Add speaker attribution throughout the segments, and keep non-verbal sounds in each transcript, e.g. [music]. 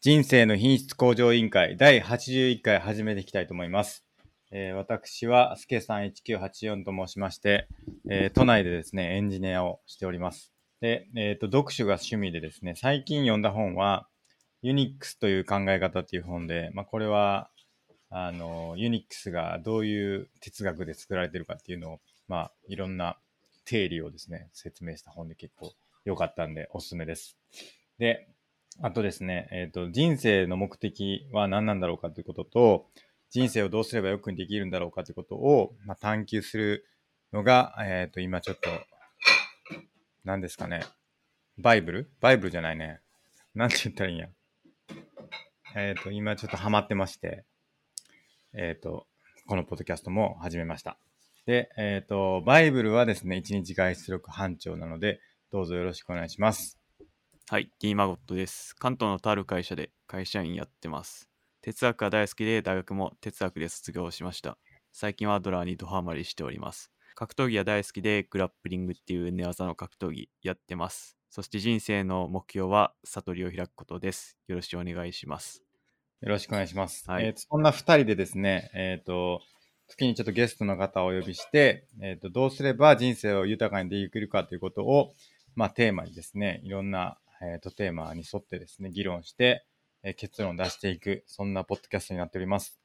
Speaker 1: 人生の品質向上委員会第81回始めていきたいと思います。えー私は、すけさん1984と申しまして、えー都内でですね、エンジニアをしております。で、えっ、と、読書が趣味でですね、最近読んだ本は、ユニックスという考え方っていう本で、まあ、これは、あの、ユニックスがどういう哲学で作られてるかっていうのを、まあ、いろんな定理をですね、説明した本で結構良かったんで、おすすめです。で、あとですね、えっ、と、人生の目的は何なんだろうかということと、人生をどうすればよくできるんだろうかということを、まあ、探求するのが、えっ、と、今ちょっと、何ですかね、バイブルバイブルじゃないね。なんて言ったらいいんや。えっ、と、今ちょっとハマってまして、えっ、と、このポッドキャストも始めました。で、えっ、と、バイブルはですね、1日外出力班長なので、どうぞよろしくお願いします。
Speaker 2: はい、D マゴットです。関東のとある会社で会社員やってます。哲学が大好きで大学も哲学で卒業しました。最近はアドラーにドハマりしております。格闘技が大好きでグラップリングっていう寝技の格闘技やってます。そして人生の目標は悟りを開くことです。よろしくお願いします。
Speaker 1: よろしくお願いします。
Speaker 2: はい
Speaker 1: えーとそんな2人でですね、えっ、と、月にちょっとゲストの方をお呼びして、えっ、と、どうすれば人生を豊かにできるかということを、まあ、テーマにですね、いろんな、えっ、と、テーマに沿ってですね、議論して、えー結論を出していく、そんなポッドキャストになっております。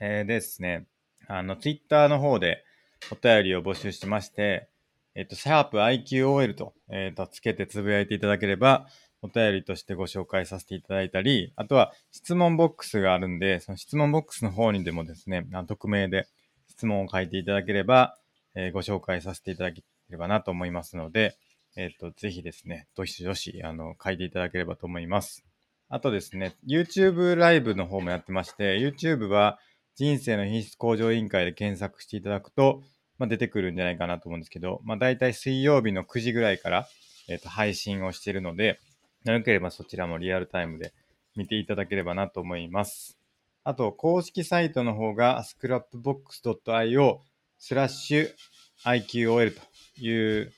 Speaker 1: えーでですね、あの、ツイッターの方でお便りを募集してまして、えっ、と、シャープ i q o l と、えっ、と、つけてつぶやいていただければ、お便りとしてご紹介させていただいたり、あとは質問ボックスがあるんで、その質問ボックスの方にでもですね、あの匿名で質問を書いていただければ、えーご紹介させていただければなと思いますので、えっ、と、ぜひですね、どしどし、あの、書いていただければと思います。あとですね、YouTube ライブの方もやってまして、YouTube は人生の品質向上委員会で検索していただくと、まあ、出てくるんじゃないかなと思うんですけど、まあ、大体水曜日の9時ぐらいから、えっ、と、配信をしているので、よければそちらもリアルタイムで見ていただければなと思います。あと、公式サイトの方が scrapbox.io スラッシュ IQOL という、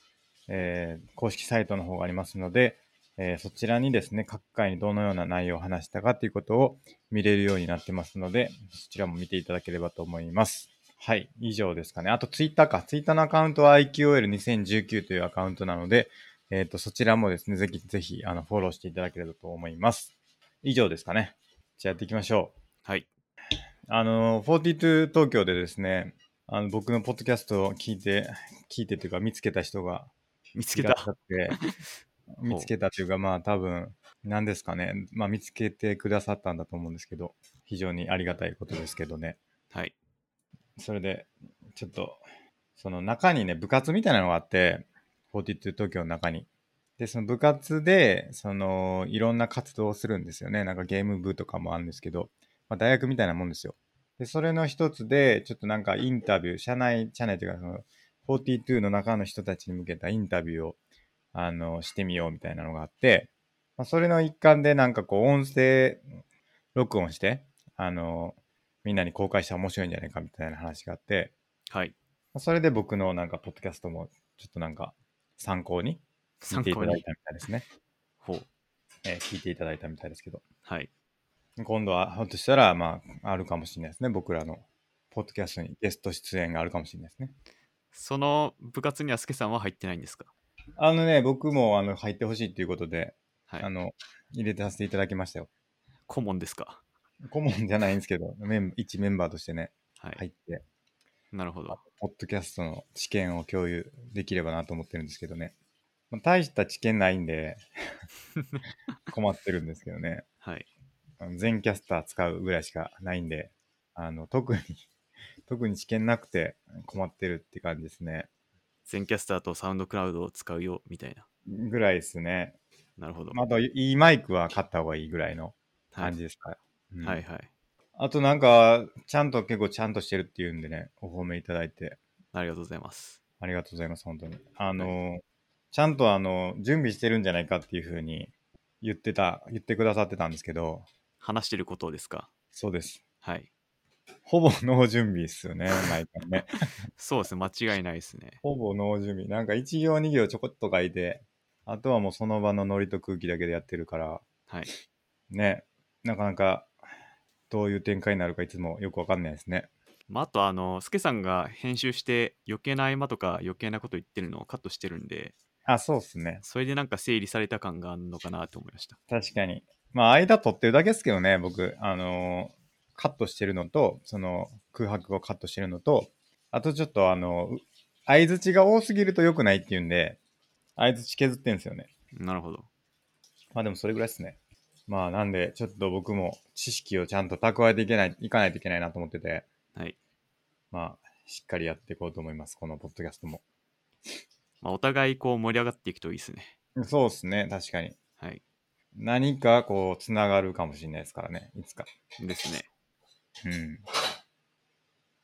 Speaker 1: えー公式サイトの方がありますので、えーそちらにですね、各回にどのような内容を話したかということを見れるようになってますので、そちらも見ていただければと思います。はい、以上ですかね。あと、ツイッターか。ツイッターのアカウントは IQOL2019 というアカウントなので、えっ、と、そちらもですね、ぜひぜひ、あの、フォローしていただければと思います。以上ですかね。じゃあやっていきましょ
Speaker 2: はい、
Speaker 1: う。あの、42東京でですね、あの、僕のポッドキャストを聞いて、聞いてというか、見つけた人が
Speaker 2: 見つ
Speaker 1: い
Speaker 2: け
Speaker 1: ら
Speaker 2: た
Speaker 1: っし。ゃ
Speaker 2: [laughs]
Speaker 1: って、見つけたというか、まあ、多分、何ですかね。まあ、見つけてくださったんだと思うんですけど、非常にありがたいことですけどね。
Speaker 2: はい、
Speaker 1: それで、ちょっと、その中にね、部活みたいなのがあって、42東京の中に。で、その部活で、その、いろんな活動をするんですよね。なんかゲーム部とかもあるんですけど、まあ、大学みたいなもんですよ。で、それの一つで、ちょっとなんかインタビュー、社内、社内というか、その、42の中の人たちに向けたインタビューを、あの、してみようみたいなのがあって、まあ、それの一環で、なんかこう、音声録音して、あの、みんなに公開したら面白いんじゃないかみたいな話があって、
Speaker 2: はい。
Speaker 1: まあそれで僕のなんか、ポッドキャストも、ちょっとなんか、参考に見
Speaker 2: 参
Speaker 1: てい
Speaker 2: 考
Speaker 1: ただい
Speaker 2: に。
Speaker 1: たみたいですね。
Speaker 2: ほう。
Speaker 1: えー聞いていただいたみたいですけど。
Speaker 2: はい、
Speaker 1: 今度は、ひょっとしたら、まあ、あるかもしれないですね。僕らの、ポッドキャストにゲスト出演があるかもしれないですね。
Speaker 2: その部活にはスケさんは入ってないんですか
Speaker 1: あのね、僕も、あの、入ってほしいっていうことで、
Speaker 2: は
Speaker 1: あ
Speaker 2: い。
Speaker 1: の、入れてさせていただきましたよ。
Speaker 2: 顧問ですか
Speaker 1: 顧問じゃないんですけど、メン一メンバーとしてね、
Speaker 2: はい、
Speaker 1: 入って、
Speaker 2: なるほど。
Speaker 1: ポッドキャストの知見を共有できればなと思ってるんですけどね。まあ、大した知見ないん
Speaker 2: [laughs]
Speaker 1: で、困ってるんですけどね。
Speaker 2: はい。
Speaker 1: あの全キャスター使うぐらいしかないんで、あの、特に、 [laughs] 特に知見なくて困ってるって感じですね。
Speaker 2: 全キャスターとサウンドクラウドを使うよみたいな。
Speaker 1: ぐらいですね。
Speaker 2: なるほど。
Speaker 1: まああと、いいマイクは買った方がいいぐらいの
Speaker 2: はい
Speaker 1: 感じですから。うん
Speaker 2: はいはい。
Speaker 1: あとなんか、ちゃんと結構ちゃんとしてるっていうんでね、お褒めいただいて、
Speaker 2: ありがとうございます。
Speaker 1: ありがとうございます、本当に。あのー、ちゃんとあの、準備してるんじゃないかっていうふうに言ってた、言ってくださってたんですけど、
Speaker 2: 話してることをですか
Speaker 1: そうです。
Speaker 2: はい。
Speaker 1: ほぼノー準備ですよね、毎回ね。
Speaker 2: そうですね。間違いないですね。
Speaker 1: ほぼノー準備。なんか1行2行ちょこっと書いて、あとはもうその場のノリと空気だけでやってるから、
Speaker 2: はい。
Speaker 1: ね、なかなかどういう展開になるかいつもよくわかんないですね。
Speaker 2: まあ、あとあの、スケさんが編集して余計な合間とか余計なこと言ってるのをカットしてるんで、
Speaker 1: あ、そうっすね。
Speaker 2: それでなんか整理された感があるのかなと思いました。
Speaker 1: 確かに。まあ、間取ってるだけですけどね、僕、あのーカットしてるのと、その空白をカットしてるのと、あとちょっとあの、う相づちが多すぎると良くないっていうんで、相づち削ってんですよね。
Speaker 2: なるほど。
Speaker 1: まあでもそれぐらいですね。まあなんで、ちょっと僕も知識をちゃんと蓄えていけない、いかないといけないなと思ってて、
Speaker 2: はい。
Speaker 1: まあ、しっかりやっていこうと思います、このポッドキャストも。
Speaker 2: まあ、お互いこう盛り上がっていくといいですね。
Speaker 1: そうですね、確かに。
Speaker 2: はい。
Speaker 1: 何かこう、つながるかもしれないですからね、いつか。
Speaker 2: ですね。
Speaker 1: うん。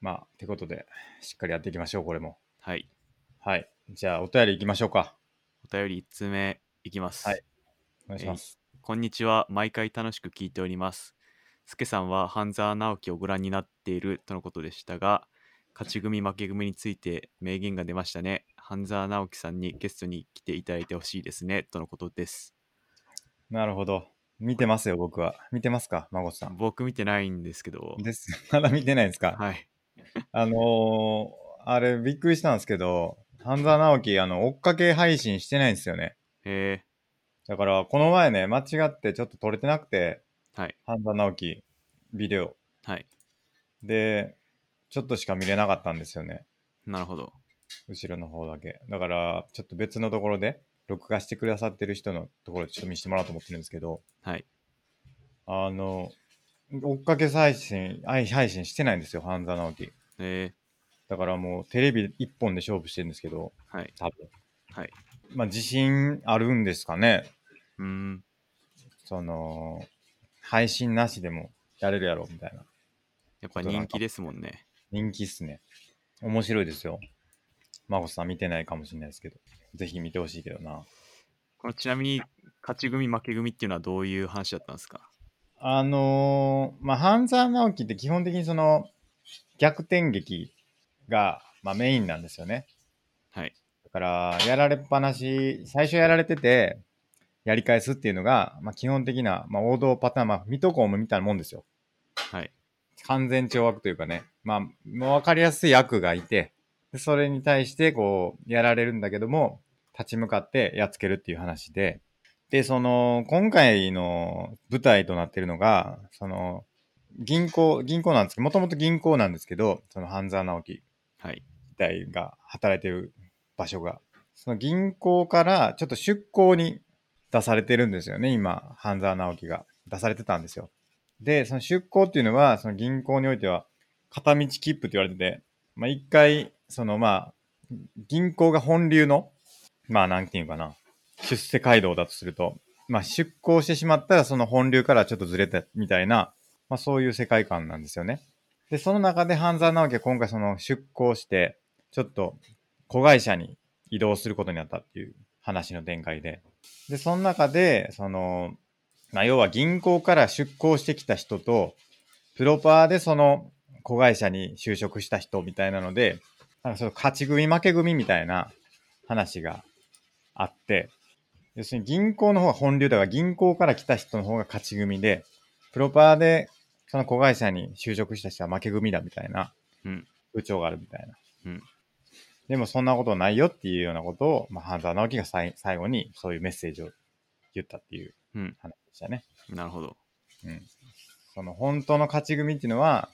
Speaker 1: まあ、てことで、しっかりやっていきましょう、これも。
Speaker 2: はい。
Speaker 1: はい。じゃあ、お便りいきましょうか。
Speaker 2: お便り1通目いきます。
Speaker 1: はいお願いします。
Speaker 2: こんにちは。毎回楽しく聞いております。スケさんは半沢直樹をご覧になっているとのことでしたが、勝ち組負け組について名言が出ましたね。半沢直樹さんにゲストに来ていただいてほしいですね。とのことです。
Speaker 1: なるほど。見てますよ、僕は。見てますか、孫さん。
Speaker 2: 僕見てないんですけど。
Speaker 1: です。 [laughs] まだ見てないですか。
Speaker 2: はい。
Speaker 1: あのー、あれ、びっくりしたんですけど、半沢直樹、あの、追っかけ配信してないんですよね。
Speaker 2: え
Speaker 1: だから、この前ね、間違ってちょっと撮れてなくて、
Speaker 2: ー、はい。
Speaker 1: 半沢直樹、ビデオ。
Speaker 2: はい。
Speaker 1: で、ちょっとしか見れなかったんですよね。
Speaker 2: なるほど。
Speaker 1: 後ろの方だけ。だから、ちょっと別のところで、録画してくださってる人のところでちょっと見せてもらおうと思ってるんですけど、
Speaker 2: はい。
Speaker 1: あの、追っかけ配信、配配信してないんですよ、半沢直樹。
Speaker 2: え
Speaker 1: だからもうテレビ一本で勝負してるんですけど、
Speaker 2: ー、はい。
Speaker 1: 多分。
Speaker 2: はい。
Speaker 1: まあ自信あるんですかね。
Speaker 2: うーん。
Speaker 1: その、配信なしでもやれるやろ、みたいな。
Speaker 2: やっぱ人気ですもんね。
Speaker 1: 人気っすね。面白いですよ。孫さん見てないかもしれないですけど、ぜひ見てほしいけどな。
Speaker 2: このちなみに、勝ち組負け組っていうのはどういう話だったんですか
Speaker 1: あのーまあ、半沢直樹って基本的にその、逆転劇が、まあ、メインなんですよね。
Speaker 2: はい。
Speaker 1: だから、やられっぱなし、最初やられてて、やり返すっていうのが、まあ、基本的な、まあ、王道パターン、まあ、水戸黄門みたいなもんですよ。
Speaker 2: はい。
Speaker 1: 完全懲悪というかね、まあ、もうわかりやすい悪がいて、でそれに対して、こう、やられるんだけども、立ち向かってやっつけるっていう話で、で、その、今回の舞台となってるのが、その、銀行、銀行なんですけど、もともと銀行なんですけど、その半沢直樹
Speaker 2: はい。
Speaker 1: 自体が働いてる場所が、その銀行からちょっと出向に出されてるんですよね、今、半沢直樹が出されてたんですよ。で、その出向っていうのは、その銀行においては、片道切符って言われてて、まあ一回、そのまあ、銀行が本流の、まあなんていうかな、出世街道だとすると、まあ出向してしまったらその本流からちょっとずれたみたいな、まあそういう世界観なんですよね。で、その中で半沢直樹は今回その出向して、ちょっと子会社に移動することになったっていう話の展開で。で、その中で、その、まあ、要は銀行から出向してきた人と、プロパーでその子会社に就職した人みたいなので、なんかその勝ち組負け組みたいな話があって、要するに銀行の方が本流だから銀行から来た人の方が勝ち組で、プロパーでその子会社に就職した人は負け組だみたいな
Speaker 2: うん。
Speaker 1: 風潮があるみたいな。
Speaker 2: うん
Speaker 1: でもそんなことないよっていうようなことを、まあ、半沢直樹がさい最後にそういうメッセージを言ったっていう
Speaker 2: うん。
Speaker 1: 話でしたね。
Speaker 2: なるほど。
Speaker 1: うん。その本当の勝ち組っていうのは、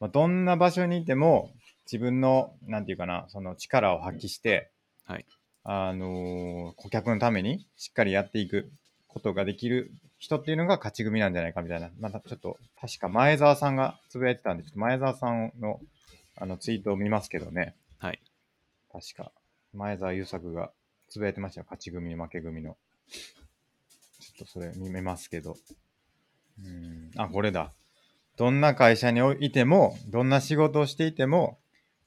Speaker 1: まあ、どんな場所にいても自分の、なんていうかな、その力を発揮して、
Speaker 2: はい。
Speaker 1: あのー顧客のためにしっかりやっていくことができる人っていうのが勝ち組なんじゃないかみたいな、またちょっと、確か前澤さんがつぶやいてたんで、ちょっと前澤さんのあのツイートを見ますけどね、
Speaker 2: はい。
Speaker 1: 確か、前澤友作がつぶやいてましたよ、勝ち組、負け組の。ちょっとそれ見めますけど。うーん、あ、これだ。どんな会社にいても、どんな仕事をしていても、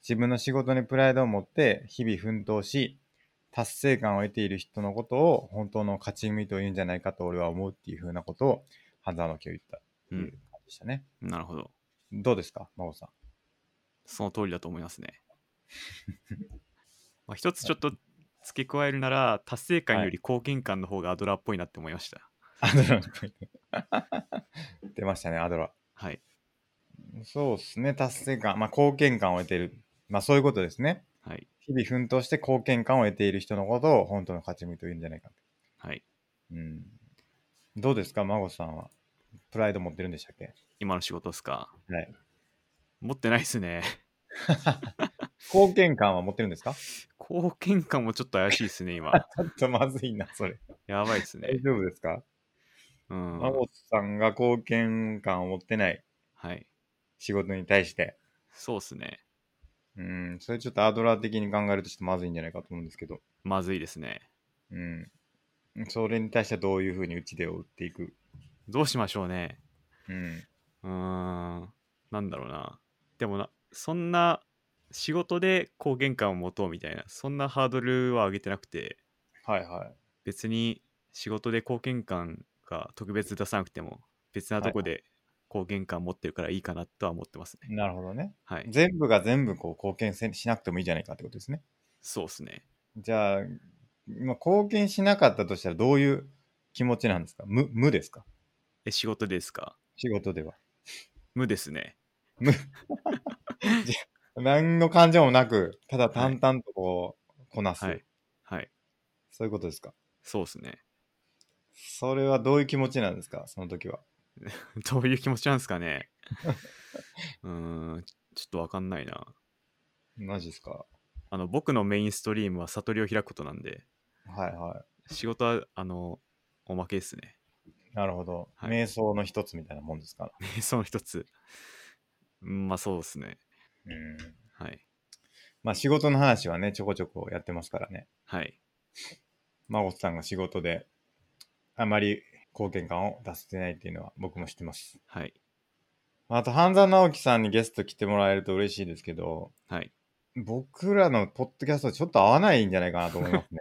Speaker 1: 自分の仕事にプライドを持って日々奮闘し、達成感を得ている人のことを本当の勝ち組というんじゃないかと俺は思うっていうふうなことを、半沢直樹は言ったって
Speaker 2: う
Speaker 1: いうん感。じでしたね。
Speaker 2: なるほど。
Speaker 1: どうですか、真帆さん。
Speaker 2: その通りだと思いま
Speaker 1: [laughs]
Speaker 2: すね。まあ一つちょっと付け加えるなら、達成感より貢献感の方がアドラーっぽいなって思いました。
Speaker 1: アドラーっぽい。 [laughs] 出ましたね、アドラ。
Speaker 2: はい。
Speaker 1: そうですね、達成感、まあ、貢献感を得ている。まあ、そういうことですね。
Speaker 2: はい。
Speaker 1: 日々奮闘して貢献感を得ている人のことを本当の勝ち組と言うんじゃないかと。
Speaker 2: はい。
Speaker 1: うん。どうですか、孫さんは。プライド持ってるんでしたっけ
Speaker 2: 今の仕事ですか
Speaker 1: はい。
Speaker 2: 持ってないですね。
Speaker 1: 貢献感は持ってるんですか [laughs] ち
Speaker 2: 貢献感もちょっと怪しいですね、今。
Speaker 1: ょっとまずいな、それ。
Speaker 2: やばいで
Speaker 1: [laughs]
Speaker 2: す
Speaker 1: 大
Speaker 2: ね。
Speaker 1: 丈夫ですか
Speaker 2: うん。
Speaker 1: 孫さんが貢献感を持ってない
Speaker 2: はい。
Speaker 1: 仕事に対して。
Speaker 2: そうですね。
Speaker 1: うん、それちょっとアドラー的に考えるとちょっとまずいんじゃないかと思うんですけど。
Speaker 2: まずいですね。
Speaker 1: うん。それに対してはどういうふうに打ち手を打っていく。
Speaker 2: どうしましょうね。
Speaker 1: うん。
Speaker 2: うーん。なんだろうな。でもな、そんな仕事で貢献感を持とうみたいな、そんなハードルは上げてなくて、
Speaker 1: はいはい。
Speaker 2: 別に仕事で貢献感が特別出さなくても、別なとこで貢献感持ってるからいいかなとは思ってますね。
Speaker 1: なるほどね。
Speaker 2: はい。
Speaker 1: 全部が全部こう貢献せしなくてもいいじゃないかってことですね。
Speaker 2: そうですね。
Speaker 1: じゃあ、今貢献しなかったとしたらどういう気持ちなんですか無無ですか
Speaker 2: え、仕事ですか
Speaker 1: 仕事では。
Speaker 2: 無ですね。
Speaker 1: 何の感情もなく、ただ淡々とこう、こなす、
Speaker 2: はい。はい。
Speaker 1: そういうことですか
Speaker 2: そうですね。 [laughs]
Speaker 1: それはどういう気持ちなんですかその時は。
Speaker 2: どういう気持ちなんですかね。うーん、ちちょっとわかんないな。
Speaker 1: マジですか
Speaker 2: あの、僕のメインストリームは悟りを開くことなんで、
Speaker 1: はいは
Speaker 2: 仕事は、あの、おまけですね。 [laughs]
Speaker 1: い。なるほど。
Speaker 2: はい
Speaker 1: 瞑想の一つみたいなもんですから。
Speaker 2: その一つ。うんまあそうですね。
Speaker 1: うん。
Speaker 2: はい。
Speaker 1: まあ仕事の話はね、ちょこちょこやってますからね。
Speaker 2: はい。
Speaker 1: 孫さんが仕事であまり貢献感を出せてないっていうのは僕も知ってます。
Speaker 2: はい。
Speaker 1: あと、半沢直樹さんにゲスト来てもらえると嬉しいですけど、
Speaker 2: はい。
Speaker 1: 僕らのポッドキャストちょっと合わないんじゃないかなと思いますね。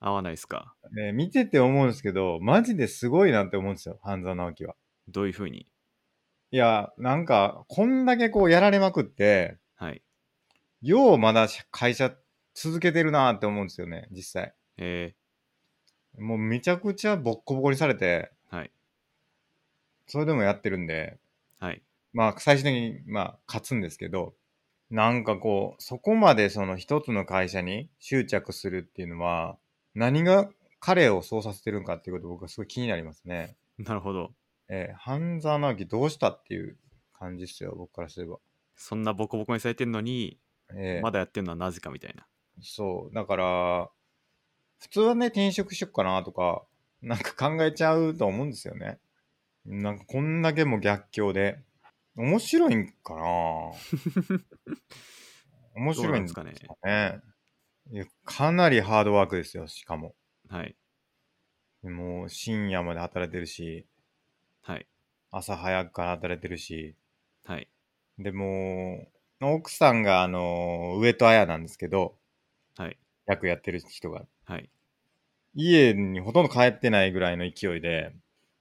Speaker 2: 合わないですか
Speaker 1: ね見てて思うんですけど、マジですごいなって思うんですよ、半沢直樹は。
Speaker 2: どういうふうに
Speaker 1: いや、なんか、こんだけこうやられまくって、
Speaker 2: はい。
Speaker 1: ようまだ会社続けてるなって思うんですよね、実際。
Speaker 2: え
Speaker 1: もうめちゃくちゃボッコボコにされて、
Speaker 2: ー、はい。
Speaker 1: それでもやってるんで、
Speaker 2: はい。 [laughs]
Speaker 1: まあ、最終的に、まあ、勝つんですけど、なんかこう、そこまでその一つの会社に執着するっていうのは、何が彼をそうさせてるのかっていうこと僕はすごい気になりますね。
Speaker 2: なるほど。
Speaker 1: えー、半沢直樹どうしたっていう感じですよ、僕からすれば。
Speaker 2: そんなボコボコにされてるのに、
Speaker 1: えー
Speaker 2: まだやってるのはなぜかみたいな。
Speaker 1: そう、だから、普通はね、転職しよっかなとか、なんか考えちゃうと思うんですよね。なんかこんだけもう逆境で、面白いんか [laughs] な面白いんですかね
Speaker 2: どう
Speaker 1: いやかなりハードワークですよ、しかも。
Speaker 2: はい。
Speaker 1: もう深夜まで働いてるし、
Speaker 2: はい。
Speaker 1: 朝早くから働いてるし、
Speaker 2: はい。
Speaker 1: でもう、奥さんがあの、上戸彩なんですけど、
Speaker 2: はい。
Speaker 1: 役やってる人が
Speaker 2: はい。
Speaker 1: 家にほとんど帰ってないぐらいの勢いで、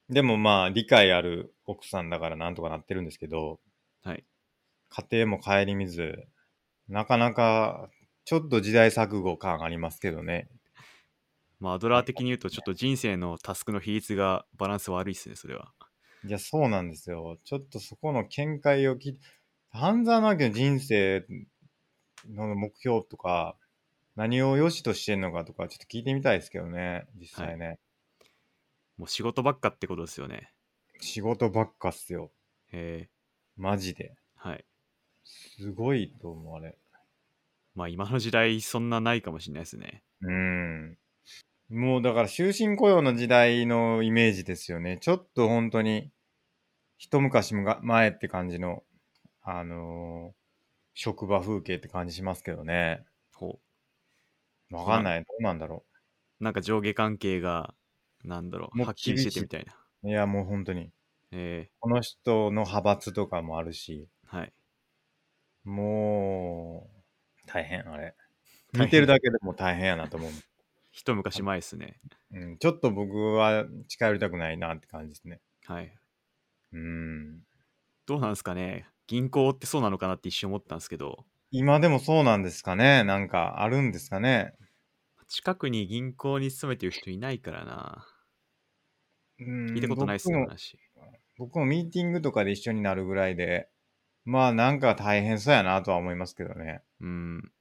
Speaker 1: でもまあ理解ある奥さんだからなんとかなってるんですけど、
Speaker 2: はい。
Speaker 1: 家庭も顧みず、なかなかちょっと時代錯誤感ありますけどね。
Speaker 2: まあ、アドラー的に言うと、ちょっと人生のタスクの比率がバランス悪いですね、それは。
Speaker 1: いや、そうなんですよ。ちょっとそこの見解を聞いて、半沢直樹の人生の目標とか、何を良しとしてんのかとか、ちょっと聞いてみたいですけどね、実際ね。
Speaker 2: もう仕事ばっかってことですよね。
Speaker 1: 仕事ばっかっすよ。
Speaker 2: え
Speaker 1: マジで。
Speaker 2: ー、はい。
Speaker 1: すごいと思われ。
Speaker 2: まあ、今の時代、そんなないかもしれないですね。
Speaker 1: うん。もうだから終身雇用の時代のイメージですよね。ちょっと本当に、一昔むが前って感じの、あのー職場風景って感じしますけどね。
Speaker 2: ほう。
Speaker 1: わかんない。どうなんだろ
Speaker 2: なんか上下関係が、なんだろう、
Speaker 1: もう
Speaker 2: はっきりしててみたいな。
Speaker 1: う。いや、もう本当に。
Speaker 2: え
Speaker 1: この人の派閥とかもあるし、
Speaker 2: ー、はい。
Speaker 1: もう、大変、あれ。
Speaker 2: 大変
Speaker 1: 見てるだけでも大変やなと思う。
Speaker 2: 一昔前ですね。
Speaker 1: うん、ちょっと僕は近寄りたくないなって感じですね。
Speaker 2: はい。
Speaker 1: うん。
Speaker 2: どうなんですかね。銀行ってそうなのかなって一瞬思ったんですけど、
Speaker 1: 今でもそうなんですかねなんかあるんですかね
Speaker 2: 近くに銀行に勤めてる人いないからな。
Speaker 1: 聞
Speaker 2: 聞いたことないっすよ、
Speaker 1: ね。
Speaker 2: 話。
Speaker 1: 僕もミーティングとかで一緒になるぐらいで、まあなんか大変そうやなとは思いますけどね。
Speaker 2: うん。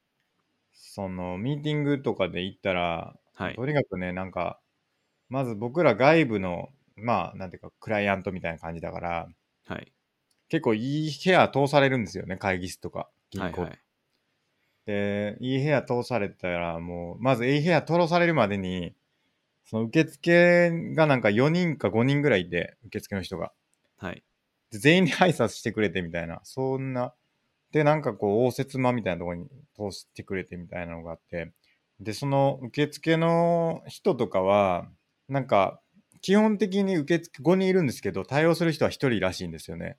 Speaker 1: そのミーティングとかで行ったら、
Speaker 2: はい。
Speaker 1: とにかくね、なんか、まず僕ら外部の、まあなんていうか、クライアントみたいな感じだから、
Speaker 2: はい。
Speaker 1: 結構いい部屋通されるんですよね、会議室とか、銀
Speaker 2: はい
Speaker 1: 行
Speaker 2: はい。
Speaker 1: で、いい部屋通されたら、もう、まずいい部屋通されるまでに、その受付がなんか4人か5人ぐらいで、受付の人が。
Speaker 2: はい。
Speaker 1: で全員で挨拶してくれてみたいな、そんな。で、なんかこう、応接間みたいなところに通してくれてみたいなのがあって。で、その受付の人とかは、なんか、基本的に受付5人いるんですけど、対応する人は1人らしいんですよね。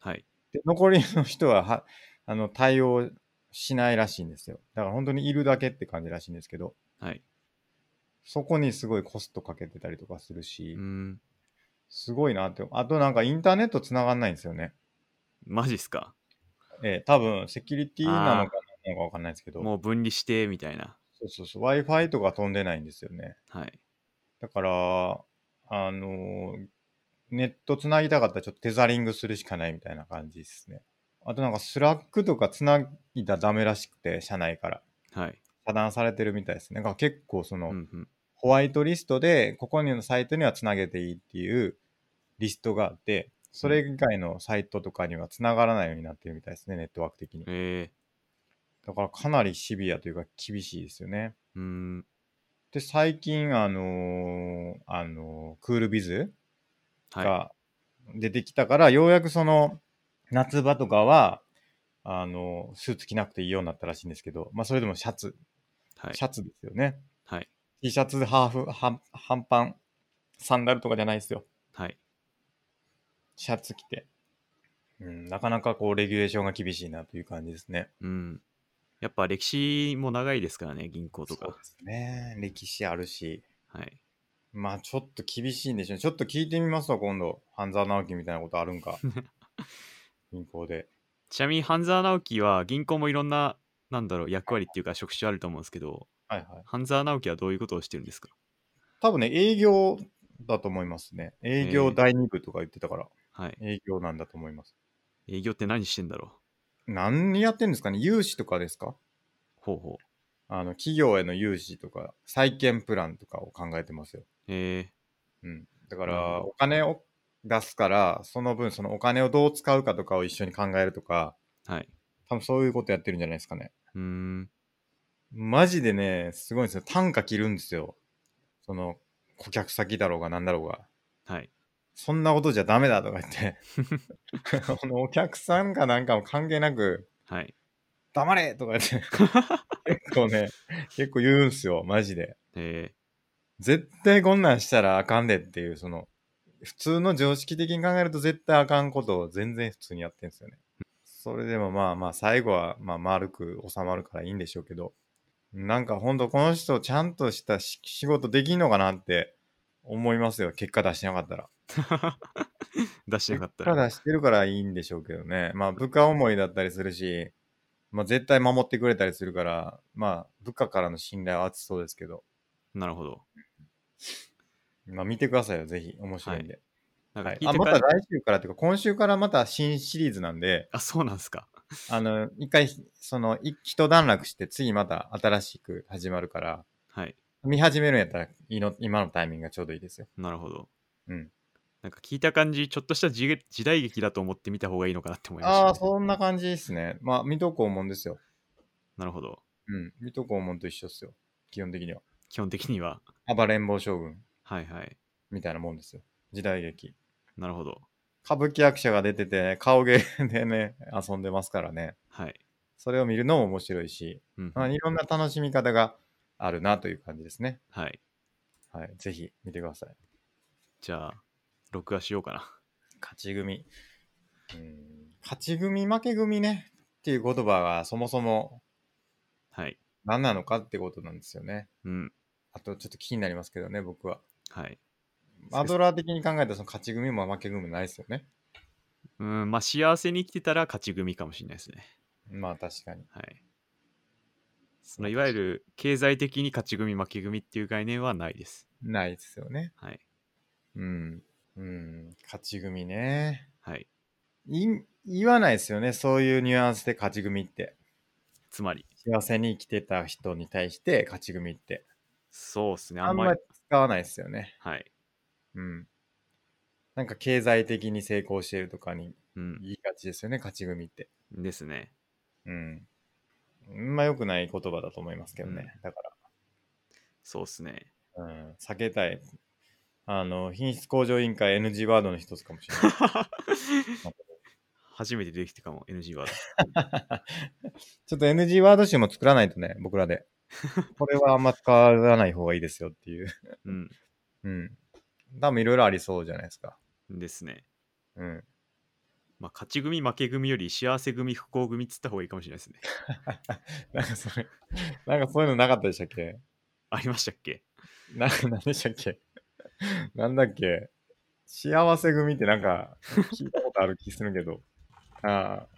Speaker 2: はい。
Speaker 1: で、残りの人はは、あの、対応しないらしいんですよ。だから本当にいるだけって感じらしいんですけど、
Speaker 2: はい。
Speaker 1: そこにすごいコストかけてたりとかするし
Speaker 2: う、ん。
Speaker 1: すごいなって。あとなんかインターネット繋がんないんですよね。
Speaker 2: マジっすか
Speaker 1: ええ、多分セキュリティなのかなのかわかんないですけど、
Speaker 2: もう分離して、みたいな。
Speaker 1: そうそうそう、Wi-Fi とか飛んでないんですよね。
Speaker 2: はい。
Speaker 1: だから、あのーネット繋ぎたかったらちょっとテザリングするしかないみたいな感じですね。あとなんかスラックとか繋いだらダメらしくて、社内から。
Speaker 2: はい。
Speaker 1: 遮断されてるみたいですね。だから結構その、
Speaker 2: うんうん。
Speaker 1: ホワイトリストで、ここのサイトにはつなげていいっていうリストがあって、それ以外のサイトとかにはつながらないようになってるみたいですね、ネットワーク的に。
Speaker 2: え
Speaker 1: だからかなりシビアというか厳しいですよね。
Speaker 2: ー。うん。
Speaker 1: で、最近、あのーあのークールビズ
Speaker 2: は
Speaker 1: が出てきたから、ようやくその、夏場とかは、あのースーツ着なくていいようになったらしいんですけど、まあ、それでもシャツ、
Speaker 2: い。はい
Speaker 1: シ。ャツですよね。
Speaker 2: はい。
Speaker 1: T シャツ、ハーフ、半半パン、サンダルとかじゃないですよ。
Speaker 2: はい。
Speaker 1: シャツ着て。うん、なかなかこう、レギュレーションが厳しいなという感じですね。
Speaker 2: うん。やっぱ歴史も長いですからね、銀行と
Speaker 1: そう
Speaker 2: か
Speaker 1: で。すね。歴史あるし。
Speaker 2: はい。
Speaker 1: まあちょっと厳しいんでしょうね。ちょっと聞いてみますわ、今度。半沢直樹みたいなことあるん [laughs] か。銀行で。
Speaker 2: ちなみに半沢直樹は銀行もいろんな、なんだろう、役割っていうか職種あると思うんですけど、
Speaker 1: はいはい。
Speaker 2: 半沢直樹はどういうことをしてるんですか
Speaker 1: 多分ね、営業だと思いますね。営
Speaker 2: へ
Speaker 1: 業
Speaker 2: え
Speaker 1: 第2部とか言ってたから、
Speaker 2: はい。
Speaker 1: 営業なんだと思います。
Speaker 2: 営業って何してんだろ
Speaker 1: 何やってんですかね融資とかですか
Speaker 2: うほうほう。
Speaker 1: あの、企業への融資とか、債券プランとかを考えてますよ。
Speaker 2: え
Speaker 1: うん。だか
Speaker 2: なる
Speaker 1: ら、
Speaker 2: ほど
Speaker 1: お金を出すから、その分、そのお金をどう使うかとかを一緒に考えるとか、
Speaker 2: ー。はい。
Speaker 1: 多分そういうことやってるんじゃないですかね。
Speaker 2: うーん。
Speaker 1: マジでね、すごいんですよ。単価切るんですよ。その、顧客先だろうが何だろうが。
Speaker 2: はい。
Speaker 1: そんなことじゃダメだとか言
Speaker 2: [laughs]
Speaker 1: って、あのお客さんかなんかも関係なく、
Speaker 2: はい。
Speaker 1: 黙れとか言っ
Speaker 2: [laughs]
Speaker 1: て、結構ね、結構言うんすよ、マジで。
Speaker 2: え
Speaker 1: 絶対こんなんしたらあかんでっていう、その、普通の常識的に考えると絶対あかんことを全然普通にやってんすよね。それでもまあまあ最後はまあ丸く収まるからいいんでしょうけど、なんかほんとこの人ちゃんとしたし仕事できんのかなって思いますよ。結果出してなかったら。
Speaker 2: ー。出してなかった
Speaker 1: た
Speaker 2: ら。
Speaker 1: だしてるからいいんでしょうけどね。まあ部下思いだったりするし、まあ絶対守ってくれたりするから、まあ部下からの信頼は厚そうですけど、
Speaker 2: なるほど。
Speaker 1: まあ見てくださいよ、ぜひ。面白いんで。
Speaker 2: なんか
Speaker 1: は
Speaker 2: 聞い
Speaker 1: い
Speaker 2: て、
Speaker 1: あ
Speaker 2: か
Speaker 1: また来週からというか、今週からまた新シリーズなんで、
Speaker 2: あ、そうなんですか。
Speaker 1: あの、一回、その、い一段落して、次また新しく始まるから、
Speaker 2: はい。
Speaker 1: 見始めるんやったらいの、今のタイミングがちょうどいいですよ。
Speaker 2: なるほど。
Speaker 1: うん。
Speaker 2: なんか聞いた感じ、ちょっとした時時代劇だと思ってみた方がいいのかなって思いました、
Speaker 1: ああ、そんな感じですね。まあ、見とこうもんですよ。
Speaker 2: なるほど。
Speaker 1: うん。見とこうもんと一緒っすよ。基本的には。
Speaker 2: 基本的には。
Speaker 1: 暴れん坊将軍
Speaker 2: はいはい。
Speaker 1: みたいなもんですよ。時代劇。
Speaker 2: なるほど。
Speaker 1: 歌舞伎役者が出てて、顔芸でね、遊んでますからね。
Speaker 2: はい。
Speaker 1: それを見るのも面白いし、
Speaker 2: うん
Speaker 1: まあ、いろんな楽しみ方があるなという感じですね。
Speaker 2: はい。
Speaker 1: はい、ぜひ見てください。
Speaker 2: じゃあ、録画しようかな。
Speaker 1: 勝ち組。うん勝ち組、負け組ねっていう言葉がそもそも
Speaker 2: はい。
Speaker 1: 何なのかってことなんですよね。
Speaker 2: うん。
Speaker 1: あとちょっと気になりますけどね、僕は。
Speaker 2: はい。
Speaker 1: アドラー的に考えたらその勝ち組も負け組もないですよね。
Speaker 2: うん、まあ、幸せに生きてたら勝ち組かもしれないですね。
Speaker 1: まあ確かに。
Speaker 2: はい。そのいわゆる経済的に勝ち組負け組っていう概念はないです。
Speaker 1: ないですよね。
Speaker 2: はい。
Speaker 1: うん。うん、勝ち組ね。
Speaker 2: はい。
Speaker 1: い言わないですよね、そういうニュアンスで勝ち組って。
Speaker 2: つまり、
Speaker 1: 幸せに生きてた人に対して勝ち組って。
Speaker 2: そうですね。あ
Speaker 1: あ
Speaker 2: ん
Speaker 1: ん
Speaker 2: ま
Speaker 1: ま
Speaker 2: り
Speaker 1: り。使わないですよね。
Speaker 2: はい。
Speaker 1: うん。なんか経済的に成功してるとかに
Speaker 2: うん。
Speaker 1: 言いがちですよね、勝ち組って。
Speaker 2: ですね。
Speaker 1: うん。まあ良くない言葉だと思いますけどね。だか
Speaker 2: そうです [laughs] ね。
Speaker 1: ら、うん、避けたい。あの、品質向上委員会 NG ワードの一つかもしれない。
Speaker 2: 初めてできてかも、NG ワー
Speaker 1: [laughs] ちょっと NG ワード集も作らないとね、僕らで。これはあんま使わない方がいいですよっていう。
Speaker 2: ド。うん。
Speaker 1: うん。多分いろいろありそうじゃないですか。
Speaker 2: ですね。
Speaker 1: うん。 [laughs]
Speaker 2: まあ、勝ち組、負け組より幸せ組、不幸組っつった方がいいかもしれないですね。
Speaker 1: なんかそれ、なんかそういうのなかったでしたっけ
Speaker 2: ありましたっけ
Speaker 1: な、 [laughs] なんでしたっけなんだっけ幸せ組ってなんか聞いたことある気するけど。ああ。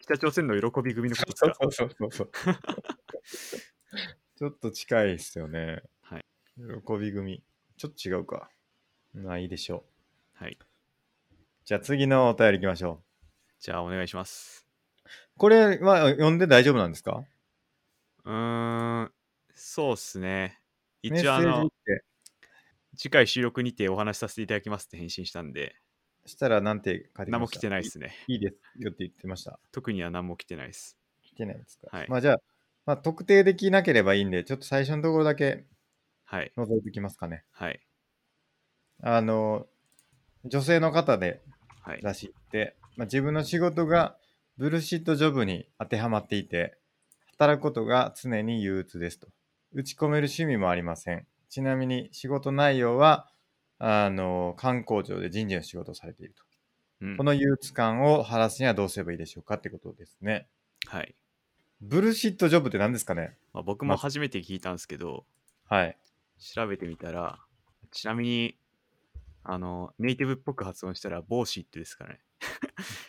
Speaker 2: 北朝鮮の喜び組のことです
Speaker 1: そうそ
Speaker 2: か
Speaker 1: うそうそう
Speaker 2: [laughs]
Speaker 1: そう。ちょっと近いですよね。
Speaker 2: はい。
Speaker 1: 喜び組。ちょっと違うか。まあいいでしょう。
Speaker 2: はい。
Speaker 1: じゃあ次のお便り行きましょ
Speaker 2: じゃあ、お願いします。
Speaker 1: う。これは読んで大丈夫なんですか
Speaker 2: うーん。そうっすね。
Speaker 1: メッセ
Speaker 2: 一応、あ
Speaker 1: ージっ
Speaker 2: の、
Speaker 1: て
Speaker 2: 次回収録にてお話しさせていただきますって返信したんで、
Speaker 1: したらなんて書いてきました
Speaker 2: 何も来てないで
Speaker 1: です。
Speaker 2: すね。
Speaker 1: いいですよって言ってました。
Speaker 2: 特には何も来てないです。
Speaker 1: 来てないですか。
Speaker 2: はい
Speaker 1: まあじゃあ、まあ、特定できなければいいんで、ちょっと最初のところだけ
Speaker 2: はい。
Speaker 1: 覗いてきますかね。
Speaker 2: はい。
Speaker 1: あの、女性の方で
Speaker 2: はい。
Speaker 1: らしいって、まあ、自分の仕事がブルシットジョブに当てはまっていて、働くことが常に憂鬱ですと。打ち込める趣味もありません。ちなみに仕事内容は、あの、観光庁で人事の仕事をされていると。
Speaker 2: うん
Speaker 1: この憂鬱感を晴らすにはどうすればいいでしょうかってことですね。
Speaker 2: はい。
Speaker 1: ブルシットジョブって何ですかね
Speaker 2: まあ、僕も初めて聞いたんですけど、
Speaker 1: はい。
Speaker 2: 調べてみたら、ちなみに、あの、ネイティブっぽく発音したら、ボーシットですからね。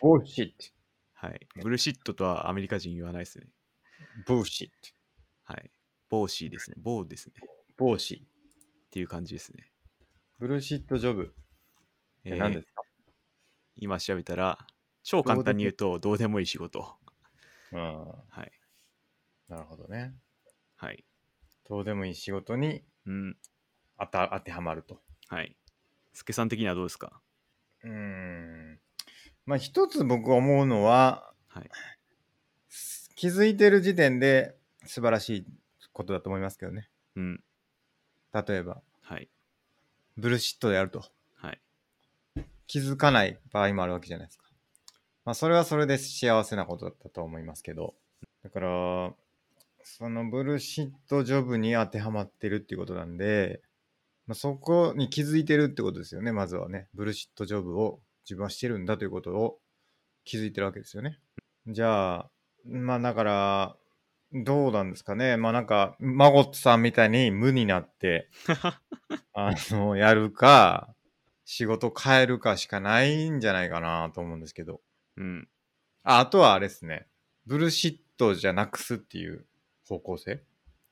Speaker 1: ブーシッ
Speaker 2: はい。ブルシットとはアメリカ人言わないですね。
Speaker 1: ト。ブーシット。
Speaker 2: はい。ボーシーですね。ボーですね。っ
Speaker 1: ボーシ
Speaker 2: ていう感じですね。
Speaker 1: ブルシットジョブっ
Speaker 2: え
Speaker 1: て
Speaker 2: ー
Speaker 1: 何ですか、
Speaker 2: 今調べたら、超簡単に言うと、どうでもいい仕事。
Speaker 1: うん。
Speaker 2: はい。
Speaker 1: なるほどね。
Speaker 2: はい。
Speaker 1: どうでもいい仕事に
Speaker 2: うん。
Speaker 1: 当た当てはまると。
Speaker 2: はい。スケさん的にはどうですか
Speaker 1: うーん。まあ一つ僕思うのは、
Speaker 2: はい。
Speaker 1: す気づいてる時点で素晴らしいことだと思いますけどね。
Speaker 2: うん。
Speaker 1: 例えば、
Speaker 2: はい。
Speaker 1: ブルシットであると。
Speaker 2: はい。
Speaker 1: 気づかない場合もあるわけじゃないですか。まあそれはそれで幸せなことだったと思いますけど。だから、そのブルシットジョブに当てはまってるっていうことなんで、まあ、そこに気づいてるってことですよね、まずはね。ブルシットジョブを自分はしてるんだということを気づいてるわけですよね。じゃあ、まあだから、どうなんですかね。まあなんか、マゴットさんみたいに無になって、あの、やるか、仕事変えるかしかないんじゃないかなと思うんですけど。
Speaker 2: うん。
Speaker 1: あ、あとはあれですね。ブルシットじゃなくすっていう方向性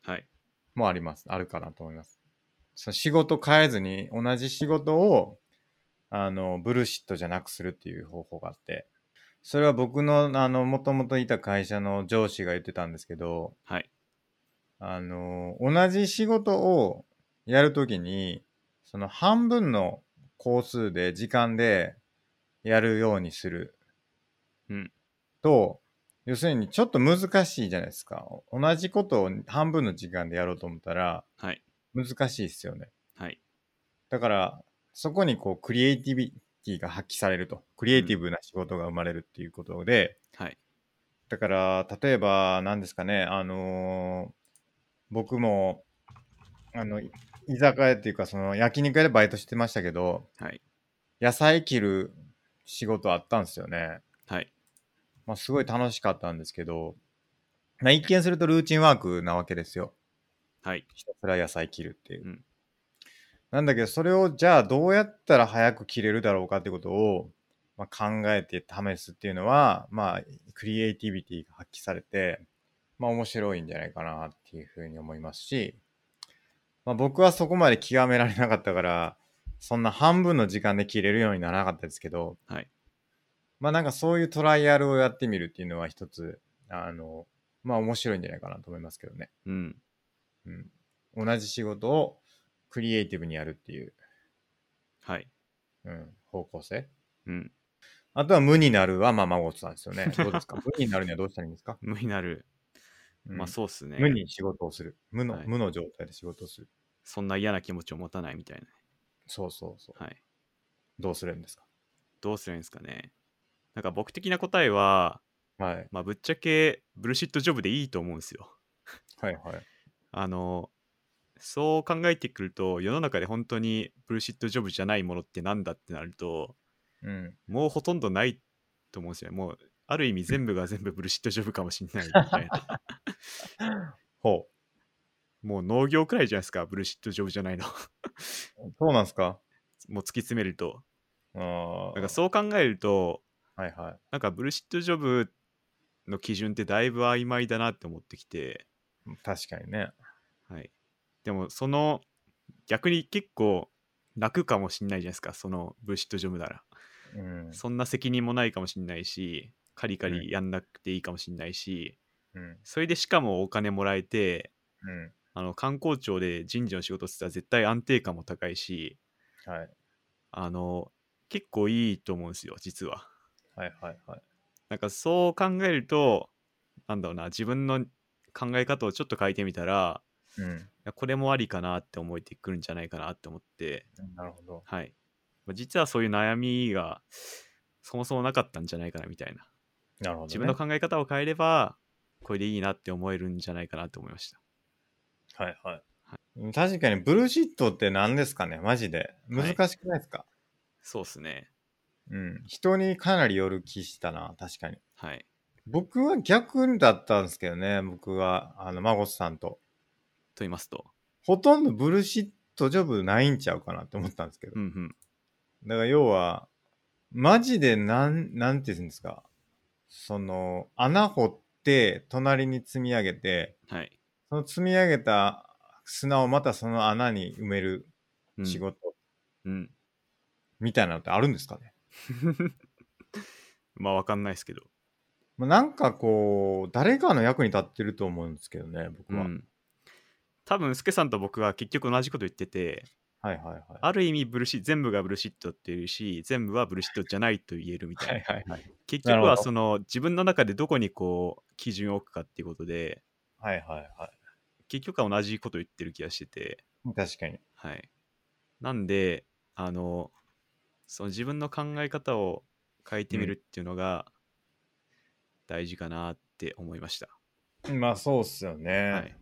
Speaker 2: はい。
Speaker 1: もあります。あるかなと思います。その仕事変えずに同じ仕事を、あの、ブルシットじゃなくするっていう方法があって。それは僕の、あの、もともといた会社の上司が言ってたんですけど、
Speaker 2: はい。
Speaker 1: あの、同じ仕事をやるときに、その半分の工数で、時間でやるようにする。
Speaker 2: うん
Speaker 1: と、要するにちょっと難しいじゃないですか。同じことを半分の時間でやろうと思ったら
Speaker 2: はい。
Speaker 1: 難しいですよね。
Speaker 2: はい。
Speaker 1: だから、そこにこう、クリエイティビティが発揮されると。クリエイティブな仕事が生まれるっていうことで、
Speaker 2: はい。
Speaker 1: だから、例えば、何ですかね、あのー僕も、あの、い居酒屋っていうか、その、焼肉屋でバイトしてましたけど、
Speaker 2: はい。
Speaker 1: 野菜切る仕事あったんですよね。
Speaker 2: はい。
Speaker 1: まあ、すごい楽しかったんですけど、まあ、一見するとルーチンワークなわけですよ。
Speaker 2: はい。
Speaker 1: ひたすら野菜切るっていう。
Speaker 2: うん
Speaker 1: なんだけど、それをじゃあどうやったら早く切れるだろうかってことを、まあ、考えて試すっていうのは、まあ、クリエイティビティが発揮されて、まあ、面白いんじゃないかなっていうふうに思いますし、まあ、僕はそこまで極められなかったから、そんな半分の時間で切れるようにならなかったですけど、
Speaker 2: はい
Speaker 1: まあなんかそういうトライアルをやってみるっていうのは一つ、あの、まあ面白いんじゃないかなと思いますけどね。
Speaker 2: うん。
Speaker 1: うん。同じ仕事をクリエイティブにやるっていう、
Speaker 2: はい。
Speaker 1: うん、方向性。
Speaker 2: うん。
Speaker 1: あとは無になるはまあ孫さんです
Speaker 2: [laughs]
Speaker 1: よね。どうですか無になるにはどうしたらいいんですか、
Speaker 2: 無になる。
Speaker 1: うん
Speaker 2: まあそうっすね。
Speaker 1: 無に仕事をする。無の、
Speaker 2: はい
Speaker 1: 無の状態で仕事をする。
Speaker 2: そんな嫌な気持ちを持たないみたいな。
Speaker 1: そうそうそう。
Speaker 2: はい。
Speaker 1: どうするんですか
Speaker 2: どうするんですかね。なんか僕的な答えは、
Speaker 1: はい。
Speaker 2: まあぶっちゃけブルシットジョブでいいと思うんですよ。
Speaker 1: はいはい。
Speaker 2: あの、そう考えてくると、世の中で本当にブルシットジョブじゃないものってなんだってなると、
Speaker 1: うん。
Speaker 2: もうほとんどないと思うんですよね。もう、ある意味全部が全部ブルシットジョブかもしれないみたい [laughs] な。
Speaker 1: ほ
Speaker 2: もう農業くらいじゃないですか、ブルシットジョブじゃないの。
Speaker 1: う。そうなんですか
Speaker 2: もう突き詰めると。
Speaker 1: ああ。
Speaker 2: なんかそう考えると、
Speaker 1: はいはい。
Speaker 2: なんかブルシットジョブの基準ってだいぶ曖昧だなって思ってきて、
Speaker 1: 確かにね。
Speaker 2: はい、でもその逆に結構楽かもしんないじゃないですかそのブルシットジョブなら、
Speaker 1: うん。
Speaker 2: そんな責任もないかもしんないしカリカリやんなくていいかもしんないし、
Speaker 1: うん。
Speaker 2: それでしかもお金もらえて
Speaker 1: うん。
Speaker 2: あの観光庁で人事の仕事って言ったら絶対安定感も高いし
Speaker 1: はい。
Speaker 2: あの結構いいと思うんですよ実は。
Speaker 1: はいはいはい。
Speaker 2: なんかそう考えるとなんだろうな自分の考え方をちょっと変えてみたら
Speaker 1: うん。
Speaker 2: いやこれもありかなって思えてくるんじゃないかなって思って
Speaker 1: なるほど。
Speaker 2: はいまあ実はそういう悩みがそもそもなかったんじゃないかなみたいな
Speaker 1: なるほど、ね。
Speaker 2: 自分の考え方を変えればこれでいいなって思えるんじゃないかなって思いました
Speaker 1: はいはい。確かに、ブルーシットって何ですかねマジで。難
Speaker 2: い
Speaker 1: しくないですか、
Speaker 2: そうっすね
Speaker 1: うん。人にかなりよる気したな、確かに。
Speaker 2: はい
Speaker 1: 僕は逆だったんですけどね、僕は、あの、孫さんと。
Speaker 2: と言いますと
Speaker 1: ほとんどブルーシットジョブないんちゃうかなって思ったんですけど
Speaker 2: う。んうん
Speaker 1: だから要は、マジでなん、なんて言うんですか。その、穴掘って、隣に積み上げて、
Speaker 2: はい、
Speaker 1: その積み上げた砂をまたその穴に埋める
Speaker 2: うん、
Speaker 1: 仕事
Speaker 2: うん
Speaker 1: みたいなのってあるんですかね、
Speaker 2: まあわかんないですけど
Speaker 1: まあ、なんかこう、誰かの役に立ってると思うんですけどね、僕
Speaker 2: う
Speaker 1: は。
Speaker 2: ん多分スケさんと僕は結局同じこと言ってて
Speaker 1: はいはいはい。
Speaker 2: ある意味ブルシ全部がブルシットっていうし全部はブルシットじゃないと言えるみたいな
Speaker 1: はいはいはい。
Speaker 2: 結
Speaker 1: なる
Speaker 2: 局
Speaker 1: ほ
Speaker 2: は
Speaker 1: ど
Speaker 2: その自分の中でどこにこう基準を置くかっていうことで
Speaker 1: はいはいは
Speaker 2: 結局は同じこと言ってる気がしてて
Speaker 1: い。確かに。
Speaker 2: はいなんであのその自分の考え方を変えてみるっていうのが大事かなって思いました、
Speaker 1: まあそうっすよね。
Speaker 2: はい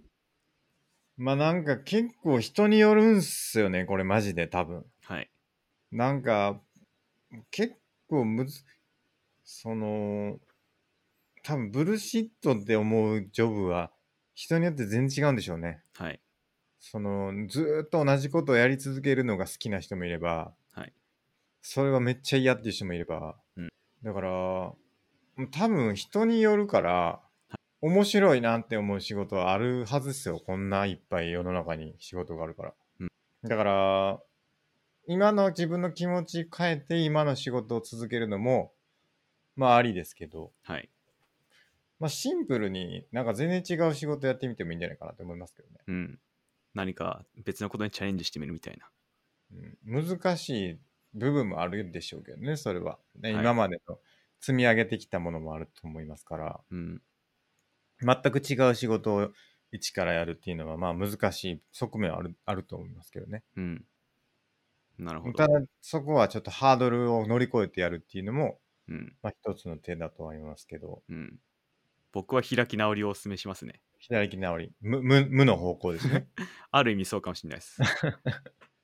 Speaker 1: まあなんか結構人によるんすよね、これマジで多分。
Speaker 2: はい
Speaker 1: なんか、結構むず、その、多分ブルシットって思うジョブは人によって全然違うんでしょうね。
Speaker 2: はい
Speaker 1: その、ずーっと同じことをやり続けるのが好きな人もいれば、
Speaker 2: はい
Speaker 1: それはめっちゃ嫌っていう人もいれば、
Speaker 2: うん
Speaker 1: だから、多分人によるから、面白いなって思う仕事はあるはずですよ。こんないっぱい世の中に仕事があるから。
Speaker 2: うん
Speaker 1: だから、今の自分の気持ち変えて今の仕事を続けるのも、まあありですけど、
Speaker 2: はい
Speaker 1: まあシンプルになんか全然違う仕事やってみてもいいんじゃないかなと思いますけどね。
Speaker 2: うん何か別のことにチャレンジしてみるみたいな
Speaker 1: うん難しい部分もあるでしょうけどね、それは。ね
Speaker 2: はい
Speaker 1: 今までの積み上げてきたものもあると思いますから、
Speaker 2: うん
Speaker 1: 全く違う仕事を一からやるっていうのは、まあ難しい側面はあるあると思いますけどね。
Speaker 2: うんなるほど
Speaker 1: た、だ、そこはちょっとハードルを乗り越えてやるっていうのも、
Speaker 2: うん
Speaker 1: まあ一つの手だとは思いますけど、
Speaker 2: うん、僕は開き直りをお勧めしますね
Speaker 1: 左利き直り、無無無の方向です
Speaker 2: [laughs]
Speaker 1: ね。
Speaker 2: ある意味そうかもしれない
Speaker 1: [laughs]
Speaker 2: です。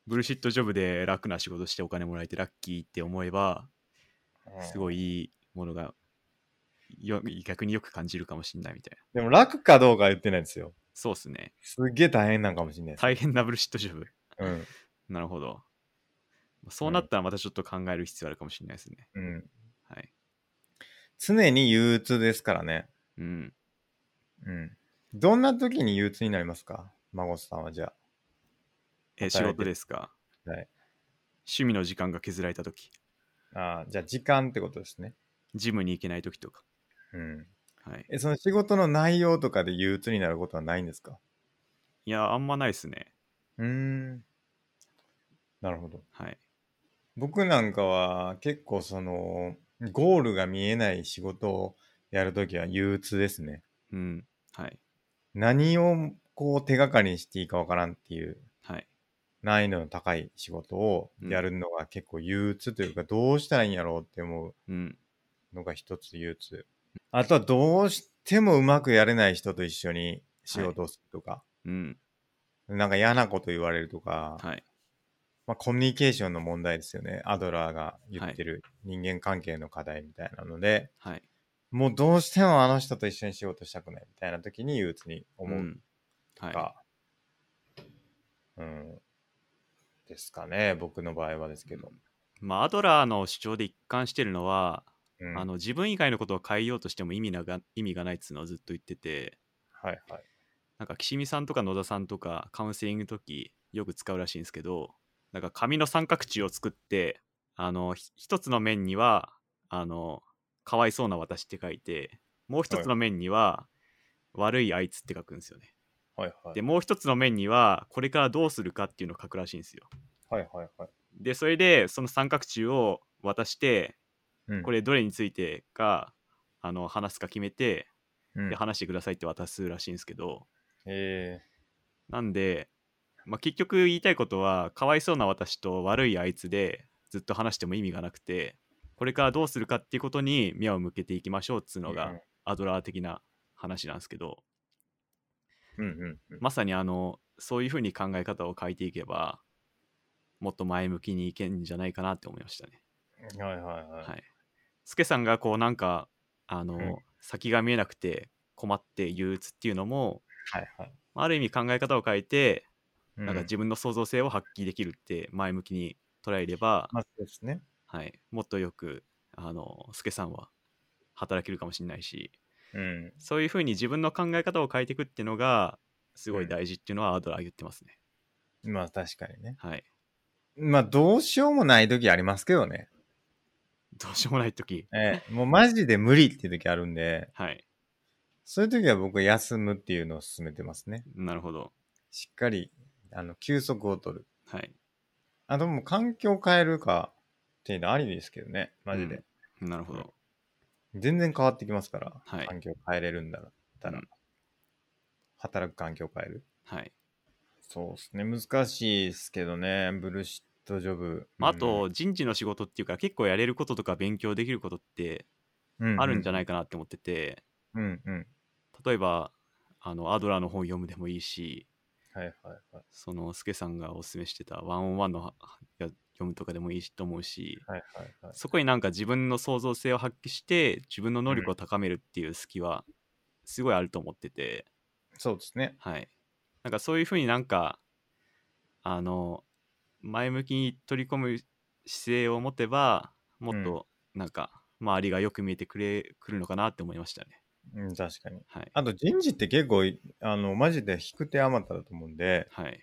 Speaker 2: ブルシットジョブで楽な仕事してお金もらえてラッキーって思えば、す
Speaker 1: い。
Speaker 2: ごいいいものがよ逆によく感じるかもしれないみたい
Speaker 1: で
Speaker 2: な。
Speaker 1: も楽かどうかは言ってないですよ。
Speaker 2: そうっすね。
Speaker 1: すっげえ大変なんかもしれないです。
Speaker 2: 大変なブルシットジョブ。
Speaker 1: うん。
Speaker 2: なるほど。そうなったらまたちょっと考える必要あるかもしれないですね。
Speaker 1: うん。
Speaker 2: はい。
Speaker 1: 常に憂鬱ですからね。
Speaker 2: うん。
Speaker 1: うん。どんな時に憂鬱になりますか孫さんはじゃあ。
Speaker 2: え、仕事ですか
Speaker 1: はい。
Speaker 2: 趣味の時間が削られた時
Speaker 1: あーじゃあ時間ってことですね。
Speaker 2: ジムに行けない時とか、
Speaker 1: うん。
Speaker 2: はい、
Speaker 1: え、その仕事の内容とかで憂鬱になることはないんですか
Speaker 2: いやあんまないですね
Speaker 1: うーん。なるほど。
Speaker 2: はい
Speaker 1: 僕なんかは結構その、ゴールが見えない仕事をやるときは憂鬱ですね。
Speaker 2: うんはい
Speaker 1: 何をこう手がかりにしていいかわからんっていう
Speaker 2: はい
Speaker 1: 難易度の高い仕事をやるのが結構憂鬱というか、どうしたらいいんやろうって思う
Speaker 2: うん
Speaker 1: のが一つ憂鬱。あとはどうしてもうまくやれない人と一緒に仕事をするとか、
Speaker 2: うん
Speaker 1: なんか嫌なこと言われるとか、
Speaker 2: はい
Speaker 1: まあ、コミュニケーションの問題ですよね。アドラーが言ってる人間関係の課題みたいなので、
Speaker 2: はい
Speaker 1: もうどうしてもあの人と一緒に仕事したくないみたいな時に憂鬱に思う
Speaker 2: うんはい
Speaker 1: か、うん、ですかね、僕の場合はですけど。
Speaker 2: まあ、アドラーの主張で一貫してるのは、
Speaker 1: うん
Speaker 2: あの自分以外のことを変えようとしても意味なが意味がないっつうのをずっと言ってて
Speaker 1: はいはい。
Speaker 2: なんか岸見さんとか野田さんとかカウンセリングの時よく使うらしいんですけどなんか紙の三角柱を作ってあのひ一つの面にはあの「かわいそうな私」って書いてもう一つの面には「悪いあいつ」って書くんですよね。
Speaker 1: はいはい。
Speaker 2: でもう一つの面にはこれからどうするかっていうのを書くらしいんですよ。
Speaker 1: はいはいはい。
Speaker 2: でそれでその三角柱を渡して
Speaker 1: うん、
Speaker 2: これどれについてかあの話すか決めて
Speaker 1: うん、
Speaker 2: で話してくださいって渡すらしいんですけど、
Speaker 1: え
Speaker 2: なんで、まあ、結局言いたいことはかわいそうな私と悪いあいつでずっと話しても意味がなくてこれからどうするかっていうことに目を向けていきましょうっつう
Speaker 1: ー
Speaker 2: の
Speaker 1: う
Speaker 2: が
Speaker 1: ん
Speaker 2: アドラー的な話なんですけど
Speaker 1: うんうんうん。
Speaker 2: まさにあのそういうふうに考え方を変えていけばもっと前向きにいけんじゃないかなって思いましたね。
Speaker 1: はいはいはい。
Speaker 2: はい。スケさんがこうなんかあの、
Speaker 1: うん
Speaker 2: 先が見えなくて困って憂鬱っていうのも
Speaker 1: はいはい
Speaker 2: まあある意味考え方を変えて、
Speaker 1: う
Speaker 2: なんか自分の創造性を発揮できるって前向きに捉えれば、
Speaker 1: まあそうですね。
Speaker 2: はい、もっとよくあのスケさんは働けるかもしれないし
Speaker 1: うん。
Speaker 2: そういうふうに自分の考え方を変えていくっていうのがすごい大事っていうのはアドラー言ってますね。
Speaker 1: まあ確かにね。
Speaker 2: はい、
Speaker 1: まあどうしようもない時ありますけどね。
Speaker 2: どうしようもない時
Speaker 1: え
Speaker 2: [laughs]
Speaker 1: えもうマジで無理っていう時あるんで、
Speaker 2: はい
Speaker 1: そういう時は僕は休むっていうのを勧めてますね。
Speaker 2: なるほど
Speaker 1: しっかり、あの、休息を取る。
Speaker 2: はい
Speaker 1: あともう環境を変えるかっていうのありですけどね、マジで。
Speaker 2: なるほど
Speaker 1: 全然変わってきますから、
Speaker 2: はい
Speaker 1: 環境変えれるんだったら、
Speaker 2: うん
Speaker 1: 働く環境変える。
Speaker 2: はい
Speaker 1: そうですね、難しいですけどね、ブルシットジョブ。
Speaker 2: まあ、あと人事の仕事っていうか結構やれることとか勉強できることってあるんじゃ
Speaker 1: ない
Speaker 2: ないかなって思ってて、
Speaker 1: うんうん。
Speaker 2: 例えばあのアドラーの本読むでもいいし
Speaker 1: はいはいはい。
Speaker 2: そのスケさんがおすすめしてたワンオンワンのはや読むとかでもいいと思うし
Speaker 1: はいはいはい。
Speaker 2: そこになんか自分の創造性を発揮して自分の能力を高めるっていう隙はすごいあると思ってて、
Speaker 1: そうですね。
Speaker 2: はいなんかそういうふうになんかあの前向きに取り込む姿勢を持てばもっとなんか、周りがよく見えてくれくるのかなって思いましたね
Speaker 1: うん、確かに。
Speaker 2: はい
Speaker 1: あと人事って結構、あの、マジで引く手あまただと思うんで、
Speaker 2: はい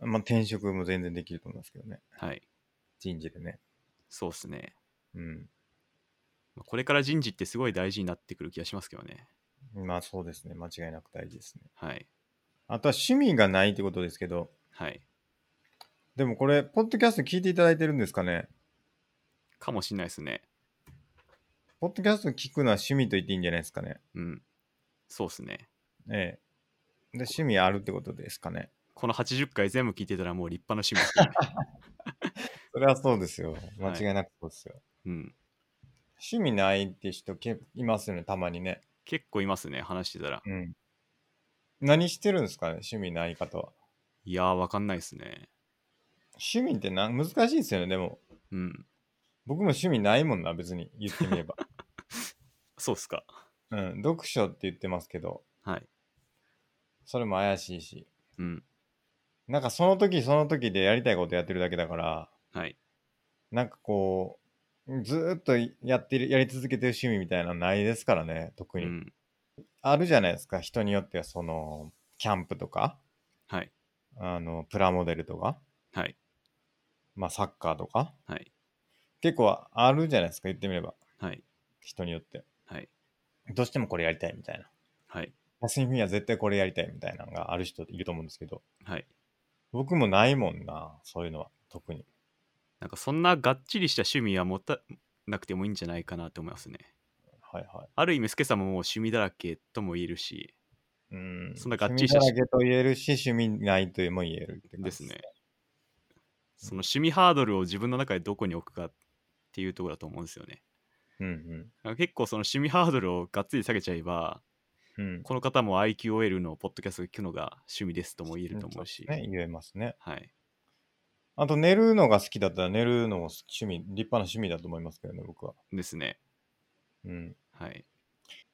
Speaker 1: まあ、転職も全然できると思いますけどね。
Speaker 2: はい
Speaker 1: 人事でね。
Speaker 2: そうっすね
Speaker 1: うん。
Speaker 2: まあこれから人事ってすごい大事になってくる気がしますけどね
Speaker 1: まあそうですね。間違いなく大事ですね。
Speaker 2: はい
Speaker 1: あとは趣味がないってことですけど、
Speaker 2: はい
Speaker 1: でもこれ、ポッドキャスト聞いていただいてるんですかね
Speaker 2: かもしんないですね
Speaker 1: ポッドキャスト聞くのは趣味と言っていいんじゃないですかね
Speaker 2: うんそうっすね
Speaker 1: ええ。で、趣味あるってことですかね
Speaker 2: この80回全部聞いてたらもう立派な趣味です [laughs] ね
Speaker 1: それはそうですよ。間違いなくそうですよ。
Speaker 2: うん
Speaker 1: 趣味ないって人けいますよね、たまにね。
Speaker 2: 結構いますね話してたら
Speaker 1: うん。何してるんですかね趣味ない方は。
Speaker 2: いやーわかんないっすね
Speaker 1: 趣味ってな難しいですよね、でも。
Speaker 2: うん
Speaker 1: 僕も趣味ないもんな、別に言ってみれば。
Speaker 2: そうっすか
Speaker 1: うん、読書って言ってますけど、
Speaker 2: はい
Speaker 1: それも怪しいし。
Speaker 2: うん
Speaker 1: なんかその時その時でやりたいことやってるだけだから、
Speaker 2: はい
Speaker 1: なんかこう、ずーっとやってる、やり続けてる趣味みたいなのないですからね、特に。
Speaker 2: うん、
Speaker 1: あるじゃないですか、人によってはその、キャンプとか、
Speaker 2: はい
Speaker 1: あの、プラモデルとか、
Speaker 2: はい
Speaker 1: まあ、サッカーとか、
Speaker 2: はい。
Speaker 1: 結構あるじゃないですか、言ってみれば。
Speaker 2: はい。
Speaker 1: 人によって。
Speaker 2: はい。
Speaker 1: どうしてもこれやりたいみたいな。
Speaker 2: はい。
Speaker 1: パスには絶対これやりたいみたいなのがある人いると思うんですけど、
Speaker 2: はい。
Speaker 1: 僕もないもんな、そういうのは、特に。
Speaker 2: なんかそんながっちりした趣味は持たなくてもいいんじゃないかなと思いますね。
Speaker 1: はいは
Speaker 2: ある意味、スケさんももう趣味だらけとも言えるし、
Speaker 1: い。うん。
Speaker 2: そんながっち
Speaker 1: 趣
Speaker 2: り
Speaker 1: 味
Speaker 2: した
Speaker 1: だらけと言えるし、趣味ないとも言えるって感じ
Speaker 2: ですね。。その趣味ハードルを自分の中でどこに置くかっていうところだと思うんですよね。
Speaker 1: うんうん。
Speaker 2: なんか結構その趣味ハードルをがっつり下げちゃえば、
Speaker 1: うん、
Speaker 2: この方も IQOL のポッドキャストを聞くのが趣味ですとも言えると思うし、
Speaker 1: ね、言えますね。
Speaker 2: はい。
Speaker 1: あと、寝るのが好きだったら、寝るのも趣味、立派な趣味だと思いますけどね、僕は。
Speaker 2: ですね。
Speaker 1: うん。
Speaker 2: はい。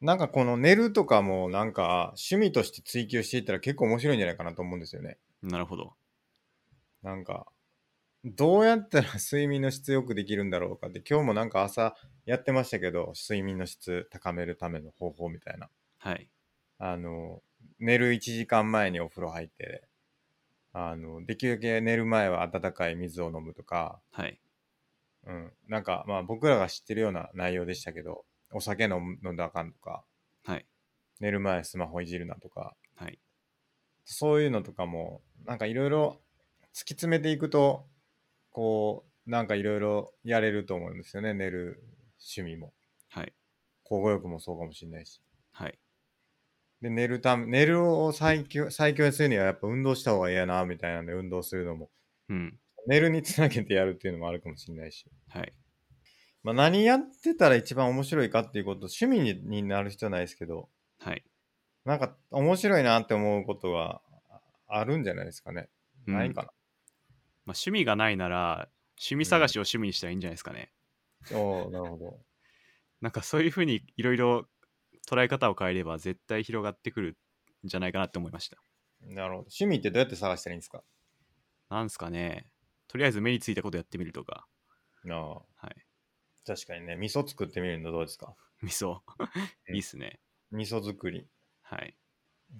Speaker 1: なんかこの寝るとかも、なんか趣味として追求していったら結構面白いんじゃないかなと思うんですよね。
Speaker 2: なるほど。
Speaker 1: なんか、どうやったら睡眠の質よくできるんだろうかって、今日もなんか朝やってましたけど、睡眠の質高めるための方法みたいな。
Speaker 2: はい。
Speaker 1: あの、寝る1時間前にお風呂入って、あの、できるだけ寝る前は温かい水を飲むとか、
Speaker 2: はい。
Speaker 1: うん、なんかまあ僕らが知ってるような内容でしたけど、お酒飲む飲んだらあかんとか、
Speaker 2: はい。
Speaker 1: 寝る前スマホいじるなとか、
Speaker 2: はい。
Speaker 1: そういうのとかも、なんかいろいろ突き詰めていくと、こう、なんかいろいろやれると思うんですよね、寝る趣味も。
Speaker 2: はい。
Speaker 1: 交互浴もそうかもしれないし。
Speaker 2: はい。
Speaker 1: で、寝るため、寝るを最強、最強にするにはやっぱ運動した方が嫌やな、みたいなんで運動するのも、
Speaker 2: うん。
Speaker 1: 寝るにつなげてやるっていうのもあるかもしれないし。
Speaker 2: はい。
Speaker 1: まあ何やってたら一番面白いかっていうこと、趣味にになる必要はないですけど、
Speaker 2: はい。
Speaker 1: なんか面白いなって思うことがあるんじゃないですかね。
Speaker 2: うん
Speaker 1: ないか
Speaker 2: まあ、趣味がないなら、趣味探しを趣味にしたらいいんじゃないですかね。
Speaker 1: な。おおなるほど。
Speaker 2: なんかそういうふうにいろいろ捉え方を変えれば絶対広がってくるんじゃないかなって思いました。
Speaker 1: なるほど。趣味ってどうやって探したらいいんですか
Speaker 2: なんすかね。とりあえず目についたことやってみるとか。
Speaker 1: ああ、
Speaker 2: はい。
Speaker 1: 確かにね、味噌作ってみるのどうですか
Speaker 2: 味噌。
Speaker 1: うん
Speaker 2: [laughs] いいっすね。
Speaker 1: 味噌作り。
Speaker 2: はい。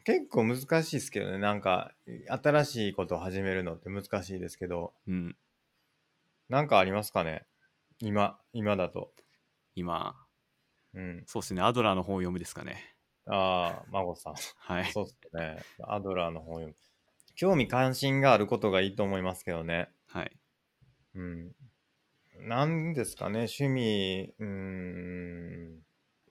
Speaker 1: 結構難しいですけどね、なんか、新しいことを始めるのって難しいですけど、
Speaker 2: うん。
Speaker 1: なんかありますかね今、今だと。
Speaker 2: 今、
Speaker 1: うん。
Speaker 2: そうっすね。アドラーの本を読むですかね。
Speaker 1: ああ、孫さん。
Speaker 2: はい。
Speaker 1: そうですね。アドラーの本読む。興味関心があることがいいと思いますけどね。
Speaker 2: はい。
Speaker 1: うん。なんですかね、趣味、うーん。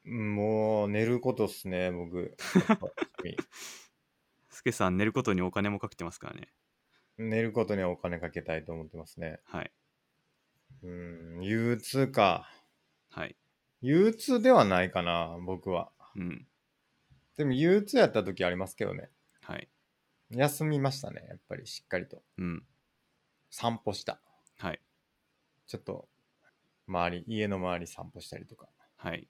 Speaker 1: もう寝ることっすね、僕。やっぱ趣味 [laughs]
Speaker 2: スケさん、寝ることにお金もかけてますからね。
Speaker 1: 寝ることにはお金かけたいと思ってますね。
Speaker 2: はい。
Speaker 1: うん、憂鬱か。
Speaker 2: はい。
Speaker 1: 憂鬱ではないかな、僕は。
Speaker 2: うん。
Speaker 1: でも憂鬱やった時ありますけどね。
Speaker 2: はい。
Speaker 1: 休みましたね、やっぱりしっかりと。
Speaker 2: うん。
Speaker 1: 散歩した。
Speaker 2: はい。
Speaker 1: ちょっと、周り、家の周り散歩したりとか。
Speaker 2: はい。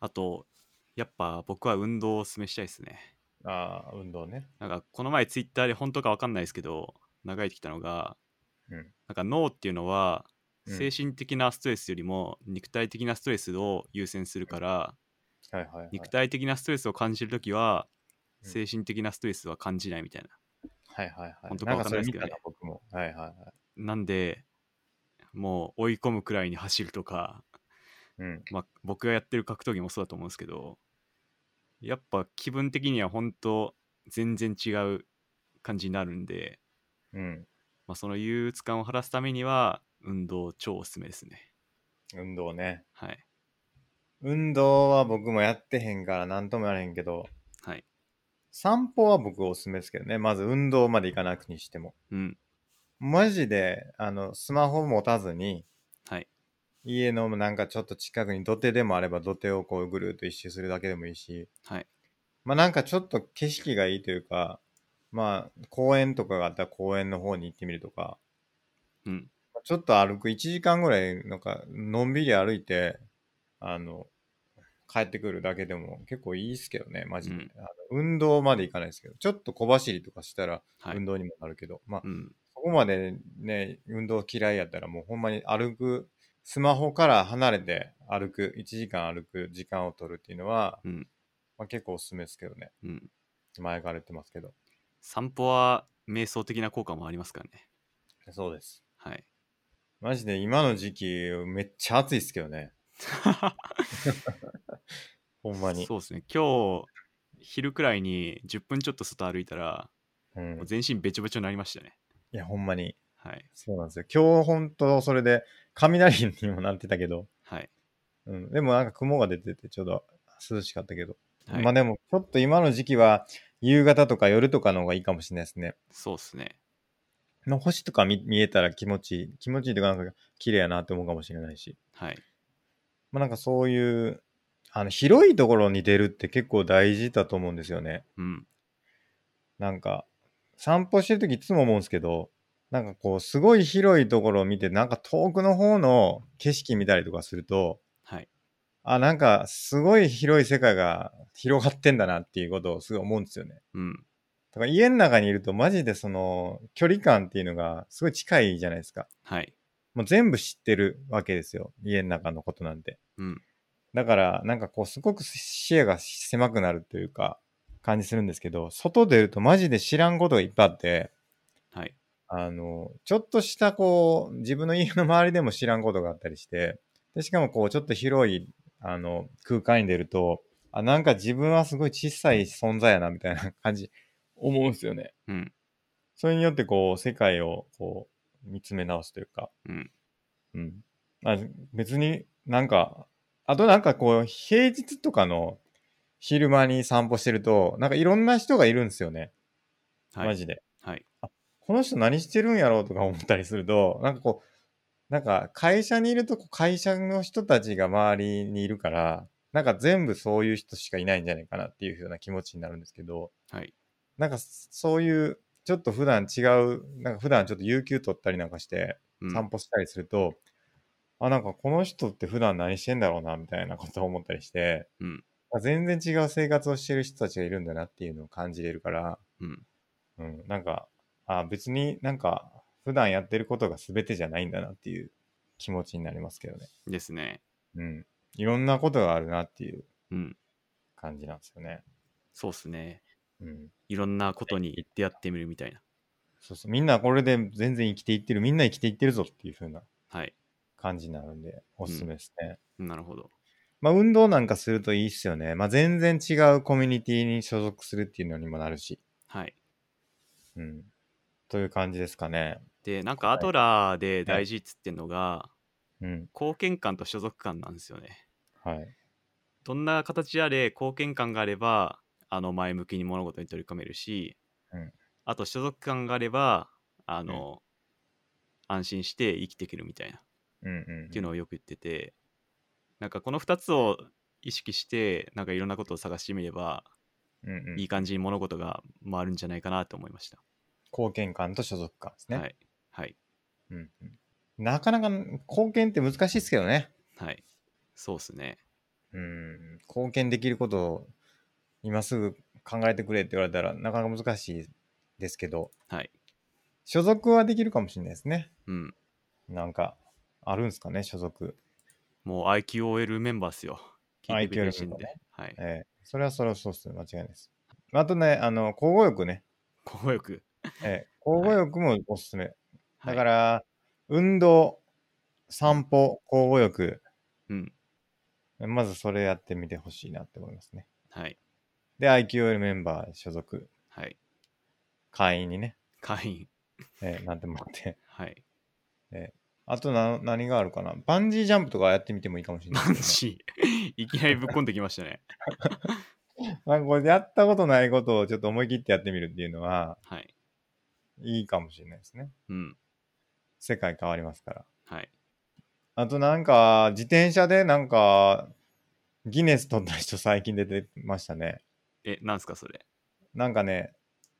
Speaker 2: あと、やっぱ僕は運動をお勧めしたいですね。
Speaker 1: ああ、運動ね。
Speaker 2: なんかこの前ツイッターで本当かわかんないですけど、流れてきたのが、
Speaker 1: うん。
Speaker 2: なんか脳っていうのは
Speaker 1: うん
Speaker 2: 精神的なストレスよりも肉体的なストレスを優先するから、
Speaker 1: はいはい、はい。
Speaker 2: 肉体的なストレスを感じるときは
Speaker 1: うん
Speaker 2: 精神的なストレスは感じないみたいな。
Speaker 1: はいはいはい。
Speaker 2: 本当かわかんないですけどね
Speaker 1: んかそれ見たな僕も。はいはいはい。
Speaker 2: なんで、もう追い込むくらいに走るとか、
Speaker 1: うん。
Speaker 2: まあ、僕がやってる格闘技もそうだと思うんですけどやっぱ気分的には本当全然違う感じになるんで、
Speaker 1: うん。
Speaker 2: まあ、その憂鬱感を晴らすためには運動超おすすめですね
Speaker 1: 運動ね。
Speaker 2: はい
Speaker 1: 運動は僕もやってへんから何ともやれへんけど、
Speaker 2: はい
Speaker 1: 散歩は僕おすすめですけどね。まず運動まで行かなくにしても。
Speaker 2: うん
Speaker 1: マジで、あの、スマホ持たずに、
Speaker 2: はい
Speaker 1: 家のなんかちょっと近くに土手でもあれば土手をこうぐるっと一周するだけでもいいし、
Speaker 2: はい
Speaker 1: まあなんかちょっと景色がいいというか、まあ公園とかがあったら公園の方に行ってみるとか、
Speaker 2: うん
Speaker 1: ちょっと歩く1時間ぐらい、なんか、のんびり歩いて、あの、帰ってくるだけでも結構いいですけどね、マジで。
Speaker 2: うん
Speaker 1: あの運動までいかないですけど、ちょっと小走りとかしたら
Speaker 2: はい
Speaker 1: 運動にもなるけど、まあ、
Speaker 2: うん
Speaker 1: そこまでね、運動嫌いやったらもうほんまに歩く、スマホから離れて歩く、1時間歩く時間を取るっていうのは、
Speaker 2: うん
Speaker 1: まあ、結構おすすめですけどね。
Speaker 2: うん
Speaker 1: 前から言ってますけど。
Speaker 2: 散歩は瞑想的な効果もありますからね
Speaker 1: そうです。
Speaker 2: はい
Speaker 1: マジで今の時期めっちゃ暑いっすけどね。ほんまに。
Speaker 2: そうですね。今日、昼くらいに10分ちょっと外歩いたら、
Speaker 1: うん
Speaker 2: もう、全身べちょべちょになりましたね。
Speaker 1: いや、ほんまに。
Speaker 2: はい。
Speaker 1: そうなんですよ。今日本当それで、雷にもなってたけど、
Speaker 2: はい。
Speaker 1: うん、でもなんか雲が出ててちょうど涼しかったけど。
Speaker 2: はい、
Speaker 1: まあでも、ちょっと今の時期は夕方とか夜とかの方がいいかもしれないですね。
Speaker 2: そうですね。
Speaker 1: の星とか見見えたら気持ちいい。気持ちいいというか、なんか綺麗やなって思うかもしれないし。
Speaker 2: はい。
Speaker 1: まあなんかそういう、あの、広いところに出るって結構大事だと思うんですよね。
Speaker 2: うん。
Speaker 1: なんか、散歩してるときいつも思うんですけど、なんかこう、すごい広いところを見て、なんか遠くの方の景色見たりとかすると、
Speaker 2: はい。
Speaker 1: あ、なんかすごい広い世界が広がってんだなっていうことをすごい思うんですよね。
Speaker 2: うん。
Speaker 1: だから家の中にいるとマジでその距離感っていうのがすごい近いじゃないですか。
Speaker 2: はい。
Speaker 1: もう全部知ってるわけですよ。家の中のことなんて。
Speaker 2: うん。
Speaker 1: だからなんかこうすごく視野が狭くなるというか感じするんですけど、外出るとマジで知らんことがいっぱいあって、
Speaker 2: はい。
Speaker 1: あの、ちょっとしたこう、自分の家の周りでも知らんことがあったりして、で、しかもこう、ちょっと広い、あの、空間に出ると、あ、なんか自分はすごい小さい存在やな、みたいな感じ、思うんですよね。
Speaker 2: うん。
Speaker 1: それによってこう、世界をこう、見つめ直すというか、
Speaker 2: うん。
Speaker 1: うん。まあ、別になんか、あとなんかこう、平日とかの昼間に散歩してると、なんかいろんな人がいるんですよね。
Speaker 2: はい。
Speaker 1: マジで。
Speaker 2: はい。
Speaker 1: この人何してるんやろうとか思ったりすると、なんかこう、なんか会社にいるとこう会社の人たちが周りにいるから、なんか全部そういう人しかいないんじゃないかなっていうふうな気持ちになるんですけど、
Speaker 2: はい。
Speaker 1: なんかそういう、ちょっと普段違う、なんか普段ちょっと有給取ったりなんかして
Speaker 2: うん
Speaker 1: 散歩したりすると、あ、なんかこの人って普段何してんだろうなみたいなことを思ったりして、
Speaker 2: うん
Speaker 1: あ全然違う生活をしてる人たちがいるんだなっていうのを感じれるから、
Speaker 2: うん。
Speaker 1: うん、なんか、あ別になんか、普段やってることが全てじゃないんだなっていう気持ちになりますけどね。
Speaker 2: ですね。
Speaker 1: うん。いろんなことがあるなっていう
Speaker 2: うん。
Speaker 1: 感じなんですよね。
Speaker 2: そうですね。
Speaker 1: うん。
Speaker 2: いろんなことに出会ってみるみたいな。
Speaker 1: そうそう。みんなこれで全然生きていってる。みんな生きていってるぞっていう風な
Speaker 2: はい。
Speaker 1: 感じになるんで、おすすめですね。
Speaker 2: なるほど。
Speaker 1: まあ、運動なんかするといいっすよね。まあ、全然違うコミュニティに所属するっていうのにもなるし。
Speaker 2: はい。
Speaker 1: うん。という感じですかね。
Speaker 2: で、なんかアドラーで大事っつってんのが、
Speaker 1: うん。
Speaker 2: 貢献感と所属感なんですよね。
Speaker 1: はい。
Speaker 2: どんな形であれ貢献感があればあの前向きに物事に取り組めるし、
Speaker 1: うん
Speaker 2: あと所属感があればあの、安心して生きていけるみたいなっ
Speaker 1: うんうん、うん。
Speaker 2: ていうのをよく言ってて、なんかこの2つを意識してなんかいろんなことを探してみれば、
Speaker 1: うんうん
Speaker 2: いい感じに物事が回るんじゃないかなと思いました。
Speaker 1: 貢献感と所属感ですね。
Speaker 2: はいはい
Speaker 1: うんうんなかなか貢献って難しいですけどね。
Speaker 2: はいそうっすね
Speaker 1: うん、貢献できることを今すぐ考えてくれって言われたらなかなか難しいですけど、
Speaker 2: はい
Speaker 1: 所属はできるかもしれないですね。
Speaker 2: うん
Speaker 1: なんか、あるんですかね、所属。
Speaker 2: もう IQOL メンバーっすよ聞いてくれるし
Speaker 1: IQOL
Speaker 2: ん
Speaker 1: メン
Speaker 2: で、
Speaker 1: バ
Speaker 2: はい
Speaker 1: ええそれはそれはそうっすね、間違いないです。あとね、あの、交互欲ね。
Speaker 2: 好よく、
Speaker 1: ええ交互欲もおすすめ。だからら、運動、散歩、交互欲、
Speaker 2: うん
Speaker 1: まずそれやってみてほしいなって思いますね。
Speaker 2: はい
Speaker 1: で、IQL メンバー所属。
Speaker 2: はい
Speaker 1: 会員にね、
Speaker 2: 会員
Speaker 1: えーなってもらって。
Speaker 2: はい
Speaker 1: あとな何があるかなバンジージャンプとかやってみてもいいかもしれな
Speaker 2: バ
Speaker 1: い、
Speaker 2: ンジーいきなりぶっこんできましたね
Speaker 1: なんかこれやったことないことをちょっと思い切ってやってみるっていうのは
Speaker 2: はい
Speaker 1: いいかもしれないですね。
Speaker 2: うん
Speaker 1: 世界変わりますから。
Speaker 2: はい
Speaker 1: あとなんか自転車でなんかギネス取った人最近出てましたね。
Speaker 2: えなんすかそれ
Speaker 1: なんかね、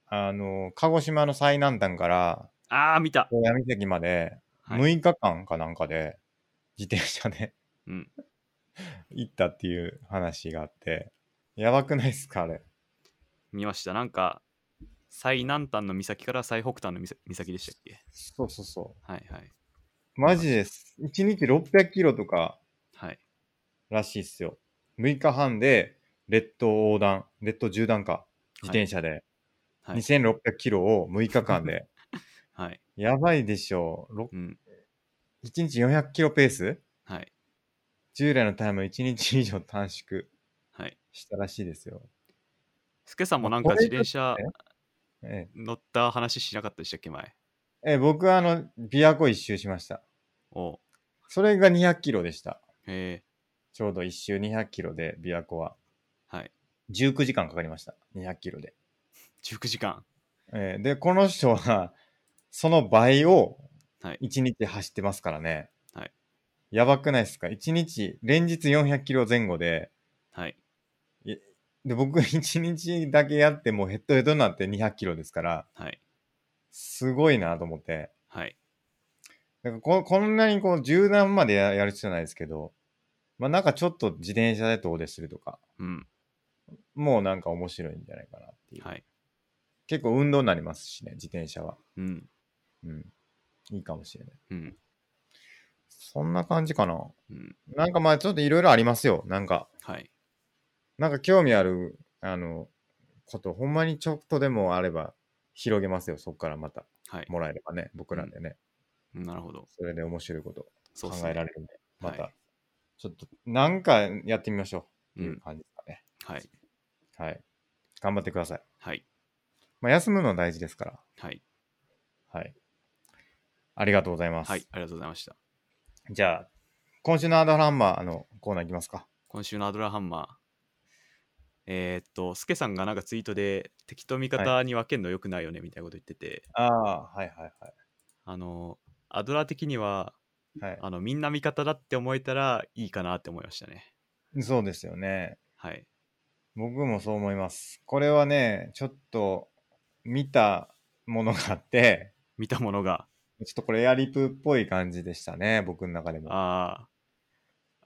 Speaker 1: あの、鹿児島の最南端から
Speaker 2: あー見た、
Speaker 1: 大闇崎まで
Speaker 2: はい、
Speaker 1: 6日間かなんかで自転車で
Speaker 2: うん
Speaker 1: [laughs] 行ったっていう話があって、やばくないですかあれ。
Speaker 2: 見ましたなんか最南端の岬から最北端の岬岬でしたっけ
Speaker 1: そうそうそ。
Speaker 2: はいはいう
Speaker 1: マジです。1日600キロとか
Speaker 2: はい
Speaker 1: らしいっすよ。6日半で、列島横断、列島縦断か、自転車で、
Speaker 2: はい [laughs]
Speaker 1: 2600キロを6日間で。
Speaker 2: はい
Speaker 1: やばいでしょう。ろ
Speaker 2: うん
Speaker 1: 1日400キロペース
Speaker 2: はい。
Speaker 1: 従来のタイムを1日以上短縮
Speaker 2: はい。
Speaker 1: したらしいですよ。
Speaker 2: スケさんもなん
Speaker 1: こ
Speaker 2: か
Speaker 1: れ
Speaker 2: 自転車
Speaker 1: え
Speaker 2: 乗った話しなかったでしたっけ、前。
Speaker 1: えええ僕はあの、琵琶湖一周しました。
Speaker 2: おう
Speaker 1: それが200キロでした。
Speaker 2: へえ。
Speaker 1: ちょうど一周200キロで、琵琶湖は。
Speaker 2: はい。
Speaker 1: 19時間かかりました。200キロで。
Speaker 2: 19時間。
Speaker 1: ええで、この人は、その倍を
Speaker 2: はい。
Speaker 1: 1日走ってますからね。
Speaker 2: はい。
Speaker 1: やばくないですか ?1 日、連日400キロ前後で、
Speaker 2: はい。
Speaker 1: で、僕1日だけやってもうヘッドヘッドになって200キロですから、
Speaker 2: はい。
Speaker 1: すごいなと思って。
Speaker 2: はい。
Speaker 1: なんかここんなにこう柔軟までややる必要ないですけど、まあなんかちょっと自転車で遠出するとか、
Speaker 2: うん。
Speaker 1: もうなんか面白いんじゃないかなっていう。
Speaker 2: はい。
Speaker 1: 結構運動になりますしね、自転車は。
Speaker 2: うん。
Speaker 1: うん。いいかもしれない。
Speaker 2: うん。
Speaker 1: そんな感じかな。
Speaker 2: うん。
Speaker 1: なんかまあちょっといろいろありますよ。なんか、
Speaker 2: はい。
Speaker 1: なんか興味ある、あの、こと、ほんまにちょっとでもあれば広げますよ。そこからまた
Speaker 2: はい。
Speaker 1: もらえればね、僕らでね。
Speaker 2: なるほど。
Speaker 1: それで面白いこと
Speaker 2: そう
Speaker 1: 考
Speaker 2: っす
Speaker 1: えら
Speaker 2: ね。
Speaker 1: れるんで、また、
Speaker 2: はい
Speaker 1: ちょっと、なんかやってみましょう
Speaker 2: う。
Speaker 1: っていうん感じですかね。
Speaker 2: はい。
Speaker 1: はい。頑張ってください。
Speaker 2: はい。
Speaker 1: まあ、休むのは大事ですから。
Speaker 2: はい。
Speaker 1: はい。ありがとうございます。
Speaker 2: はい。ありがとうございました。
Speaker 1: じゃあ、今週のアドハンマーのコーナーいきますか。
Speaker 2: 今週のアドラーハンマー。えーっと、スケさんがなんかツイートで敵と味方に分けるの良くないよねみたいなこと言ってて、
Speaker 1: ああ、はいはい
Speaker 2: あの、アドラー的には、
Speaker 1: はい。は
Speaker 2: あの、みんな味方だって思えたらいいかなって思いましたね。
Speaker 1: い。そうですよね。
Speaker 2: はい。
Speaker 1: 僕もそう思います。これはね、ちょっと見たものがあって、
Speaker 2: 見たものが、
Speaker 1: ちょっとこれエアリプっぽい感じでしたね、僕の中でも。
Speaker 2: あー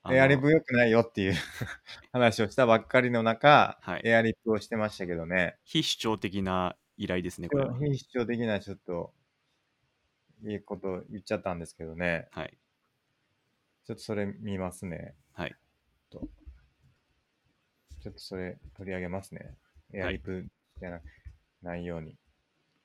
Speaker 2: あの。
Speaker 1: エアリプ良くないよっていう [laughs] 話をしたばっかりの中、
Speaker 2: はい
Speaker 1: エアリプをしてましたけどね、
Speaker 2: 非主張的な依頼ですね、これは。
Speaker 1: 非主張的なちょっと、いいこと言っちゃったんですけどね、
Speaker 2: はい。
Speaker 1: ちょっとそれ見ますね。
Speaker 2: はい
Speaker 1: と。ちょっとそれ取り上げますね。エアリプじゃな,、ないように。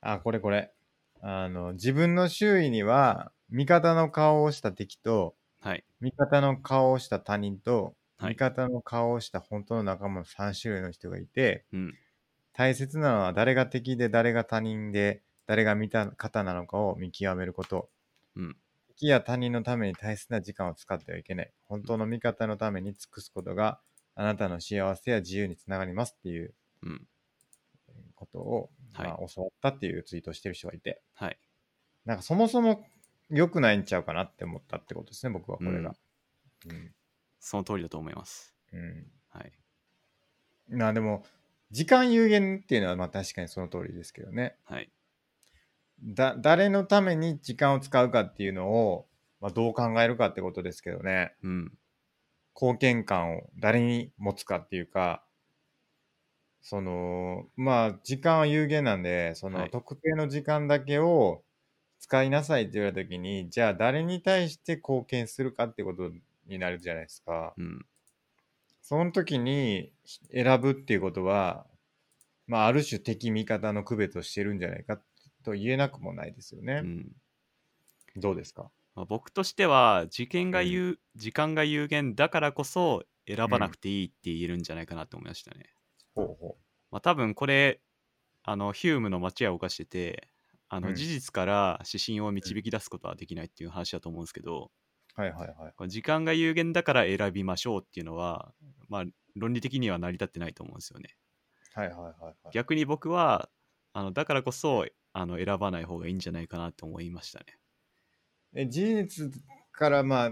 Speaker 1: あ、これこれ。あの、自分の周囲には、味方の顔をした敵と、
Speaker 2: はい。
Speaker 1: 味方の顔をした他人と、
Speaker 2: はい
Speaker 1: 味方の顔をした本当の仲間の3種類の人がいて、
Speaker 2: うん。
Speaker 1: 大切なのは誰が敵で誰が他人で、誰が見た方なのかを見極めること。
Speaker 2: うん。
Speaker 1: 敵や他人のために大切な時間を使ってはいけない。本当の味方のために尽くすことが、あなたの幸せや自由につながりますっていう
Speaker 2: うん。
Speaker 1: ことを、
Speaker 2: はい
Speaker 1: まあ、教わったっていうツイートをしてる人がいて、
Speaker 2: はい。
Speaker 1: なんかそもそも良くないんちゃうかなって思ったってことですね、僕はこれが。うん
Speaker 2: その通りだと思います。
Speaker 1: うん
Speaker 2: はい。
Speaker 1: まあでも時間有限っていうのはまあ確かにその通りですけどね
Speaker 2: はい。
Speaker 1: だ誰のために時間を使うかっていうのを、まあ、どう考えるかってことですけどね
Speaker 2: うん。
Speaker 1: 貢献感を誰に持つかっていうかそのまあ時間は有限なんでそ
Speaker 2: は
Speaker 1: の
Speaker 2: い
Speaker 1: 特定の時間だけを使いなさいって言われた時に、じゃあ誰に対して貢献するかってことになるじゃないですか。
Speaker 2: うん。
Speaker 1: その時に選ぶっていうことは、まあ、ある種敵味方の区別をしてるんじゃないかと言えなくもないですよ
Speaker 2: う
Speaker 1: ね。
Speaker 2: ん。
Speaker 1: どうですか
Speaker 2: まあ、僕としては時間が有、時間が有限だからこそ選ばなくていいって言えるんじゃないかなと思いましたね。
Speaker 1: ほうほ
Speaker 2: まあ、多分これあのヒュームの間違いを犯しててあ
Speaker 1: う
Speaker 2: の
Speaker 1: ん
Speaker 2: 事実から指針を導き出すことはできないっていう話だと思うんですけど、
Speaker 1: う。はいはいはい。
Speaker 2: この時間が有限だから選びましょうっていうのは、まあ、論理的には成り立ってないと思うんですよね。
Speaker 1: はいはいはい、はい。
Speaker 2: 逆に僕はあのだからこそあの選ばない方がいいんじゃないかなと思いましたね。
Speaker 1: え事実からまあ、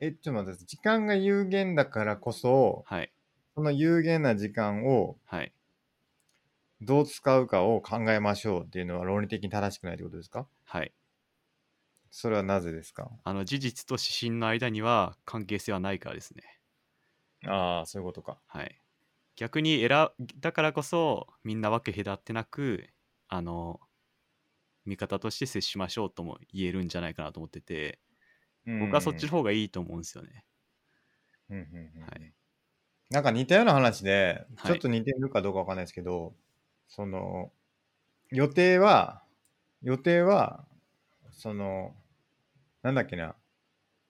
Speaker 1: え、ちょっと待って、時間が有限だからこそ、
Speaker 2: はい
Speaker 1: その有限な時間を
Speaker 2: はい
Speaker 1: どう使うかを考えましょうっていうのは論理的に正しくないってことですか
Speaker 2: はい。
Speaker 1: それはなぜですか
Speaker 2: あの事実と指針の間には関係性はないからですね。
Speaker 1: ああ、そういうことか。
Speaker 2: はい。逆に選だからこそみんな分け隔てなくあの味方として接しましょうとも言えるんじゃないかなと思ってて僕はそっちの
Speaker 1: の。
Speaker 2: 方がいいと思うんですよね。
Speaker 1: うんうんうん
Speaker 2: は。い。
Speaker 1: なんか似たような話で、
Speaker 2: は
Speaker 1: ち
Speaker 2: い
Speaker 1: ょっと似てるかどうかわかんないですけど、その、予定は、予定は、その、なんだっけな、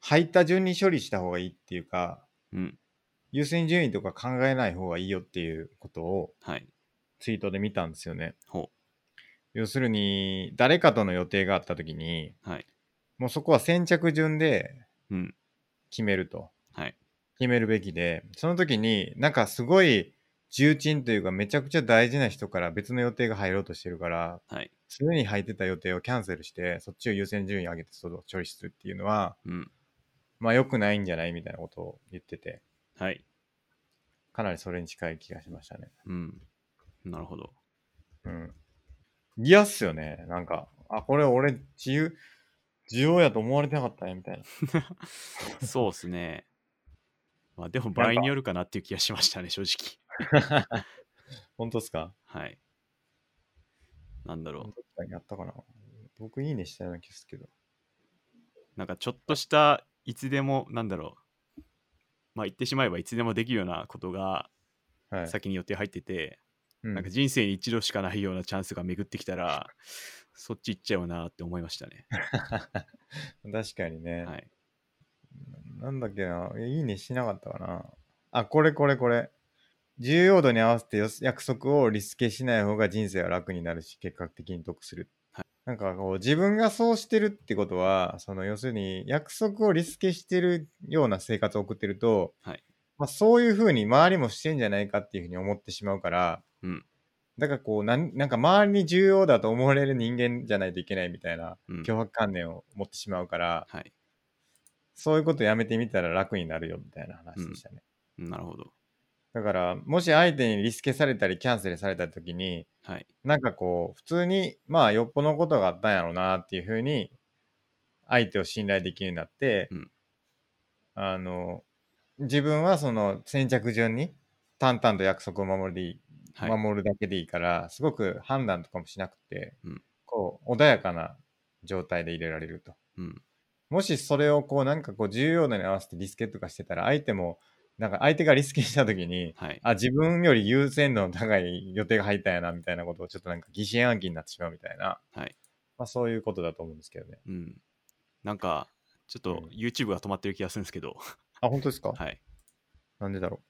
Speaker 1: 入った順に処理した方がいいっていうか、
Speaker 2: うん。
Speaker 1: 優先順位とか考えない方がいいよっていうことを
Speaker 2: はい。
Speaker 1: ツイートで見たんですよね。
Speaker 2: ほ
Speaker 1: 要するに、誰かとの予定があった時に、
Speaker 2: う。はい。
Speaker 1: もうそこは先着順で
Speaker 2: うん。
Speaker 1: 決めると。
Speaker 2: はい。
Speaker 1: 決めるべきで、その時になんかすごい重鎮というかめちゃくちゃ大事な人から別の予定が入ろうとしてるから、
Speaker 2: はい。
Speaker 1: すでに入ってた予定をキャンセルして、そっちを優先順位上げてその処理するっていうのは、
Speaker 2: うん。
Speaker 1: まあ良くないんじゃないみたいなことを言ってて、
Speaker 2: はい。
Speaker 1: かなりそれに近い気がしましたね。
Speaker 2: うん。なるほど。
Speaker 1: うん。嫌っすよね。なんか、あ、これ俺自由、需要やと思われてなかったね、みたいな。
Speaker 2: そうですね。まあでも場合によるかなっていう気がしましたね、正直。 [laughs]
Speaker 1: 本当っすか
Speaker 2: はい。なんだろう
Speaker 1: 本。当にやったかな僕いいねしたような気がするけど。
Speaker 2: なんかちょっとしたいつでもなんだろうまあ言ってしまえばいつでもできるようなことが
Speaker 1: はい。
Speaker 2: 先に予定入ってて、
Speaker 1: うん
Speaker 2: なんか人生に一度しかないようなチャンスが巡ってきたらそっち行っちゃうなって思いましたね。
Speaker 1: [laughs] 確かにね、
Speaker 2: はい。
Speaker 1: なんだっけな。えいいねしなかったかな。あ、これこれこれ。重要度に合わせてよ約束をリスケしない方が人生は楽になるし、結果的に得する。
Speaker 2: は
Speaker 1: なんかこう、自分がそうしてるってことは、その要するに約束をリスケしてるような生活を送ってると、
Speaker 2: はい
Speaker 1: まあ、そういうふうに周りもしてんじゃないかっていうふうに思ってしまうから、
Speaker 2: うん
Speaker 1: だからこうなん、なんか周りに重要だと思われる人間じゃないといけないみたいな
Speaker 2: うん、
Speaker 1: 脅迫観念を持ってしまうから、
Speaker 2: はい。
Speaker 1: そういうことやめてみたら楽になるよみたいな話でしたね。
Speaker 2: なるほど。
Speaker 1: だから、もし相手にリスケされたりキャンセルされた時に、
Speaker 2: はい。
Speaker 1: なんかこう、普通に、まあ、よっぽどのことがあったんやろうなっていうふうに、相手を信頼できるようになって、
Speaker 2: うん
Speaker 1: あの、自分はその先着順に淡々と約束を守り
Speaker 2: はい。
Speaker 1: 守るだけでいいから、すごく判断とかもしなくて、
Speaker 2: うん
Speaker 1: こう、穏やかな状態で入れられると。
Speaker 2: うん。
Speaker 1: もしそれをこうなんかこう重要度に合わせてリスケとかしてたら相手もなんか相手がリスケした時に
Speaker 2: はい。
Speaker 1: あ自分より優先度の高い予定が入ったんやなみたいなことをちょっとなんか疑心暗鬼になってしまうみたいな、
Speaker 2: はい。
Speaker 1: まあ、そういうことだと思うんですけどね
Speaker 2: うん。なんかちょっと
Speaker 1: うん
Speaker 2: YouTube が止まってる気がするんですけど、
Speaker 1: あ本当ですか、
Speaker 2: はい。
Speaker 1: なんでだろ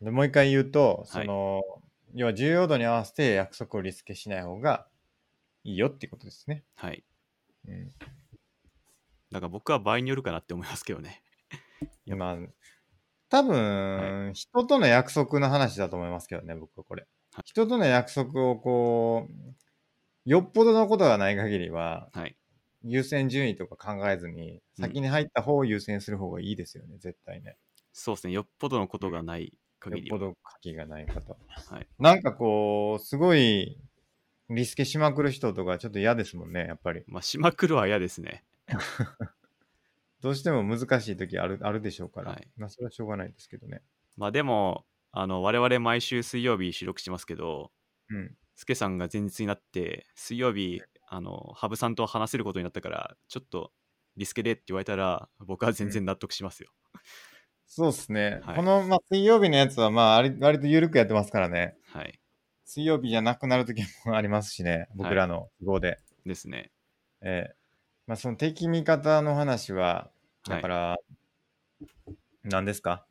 Speaker 1: うでもう一回言うと
Speaker 2: は
Speaker 1: そ
Speaker 2: い
Speaker 1: の、要は重要度に合わせて約束をリスケしない方がいいよってことですね、
Speaker 2: はい。
Speaker 1: うん、
Speaker 2: なんか僕は場合によるかなって思いますけどね。
Speaker 1: 今多分、人との約束の話だと思いますけどね僕はこれ、
Speaker 2: はい
Speaker 1: 人との約束をこうよっぽどのことがない限りは
Speaker 2: はい。
Speaker 1: 優先順位とか考えずに
Speaker 2: うん
Speaker 1: 先に入った方を優先する方がいいですよね、絶対ね
Speaker 2: そうですね。よっぽどのことがない
Speaker 1: よっ
Speaker 2: 限り
Speaker 1: ぽ
Speaker 2: は。
Speaker 1: ど書きがない方
Speaker 2: はい。
Speaker 1: なんかこうすごいリスケしまくる人とかちょっと嫌ですもんねやっぱり
Speaker 2: まあ、しまくるは嫌ですね。
Speaker 1: どうしても難しい時あるあるでしょうから、
Speaker 2: はい
Speaker 1: まあそれはしょうがないですけどね
Speaker 2: まあでも、あの我々毎週水曜日収録してますけど、
Speaker 1: うん
Speaker 2: スケさんが前日になって、水曜日、あの羽生さんと話せることになったから、ちょっとリスケでって言われたら、僕は全然納得しますよ。
Speaker 1: そうですね、
Speaker 2: はい
Speaker 1: この、まあ、水曜日のやつは、まあ、あり割と緩くやってますからね。
Speaker 2: はい。
Speaker 1: 水曜日じゃなくなる時もありますしね、僕らの都合で。
Speaker 2: ですね。
Speaker 1: ええまあ、その敵味方の話は、
Speaker 2: は
Speaker 1: だ
Speaker 2: い
Speaker 1: か。ら、何ですか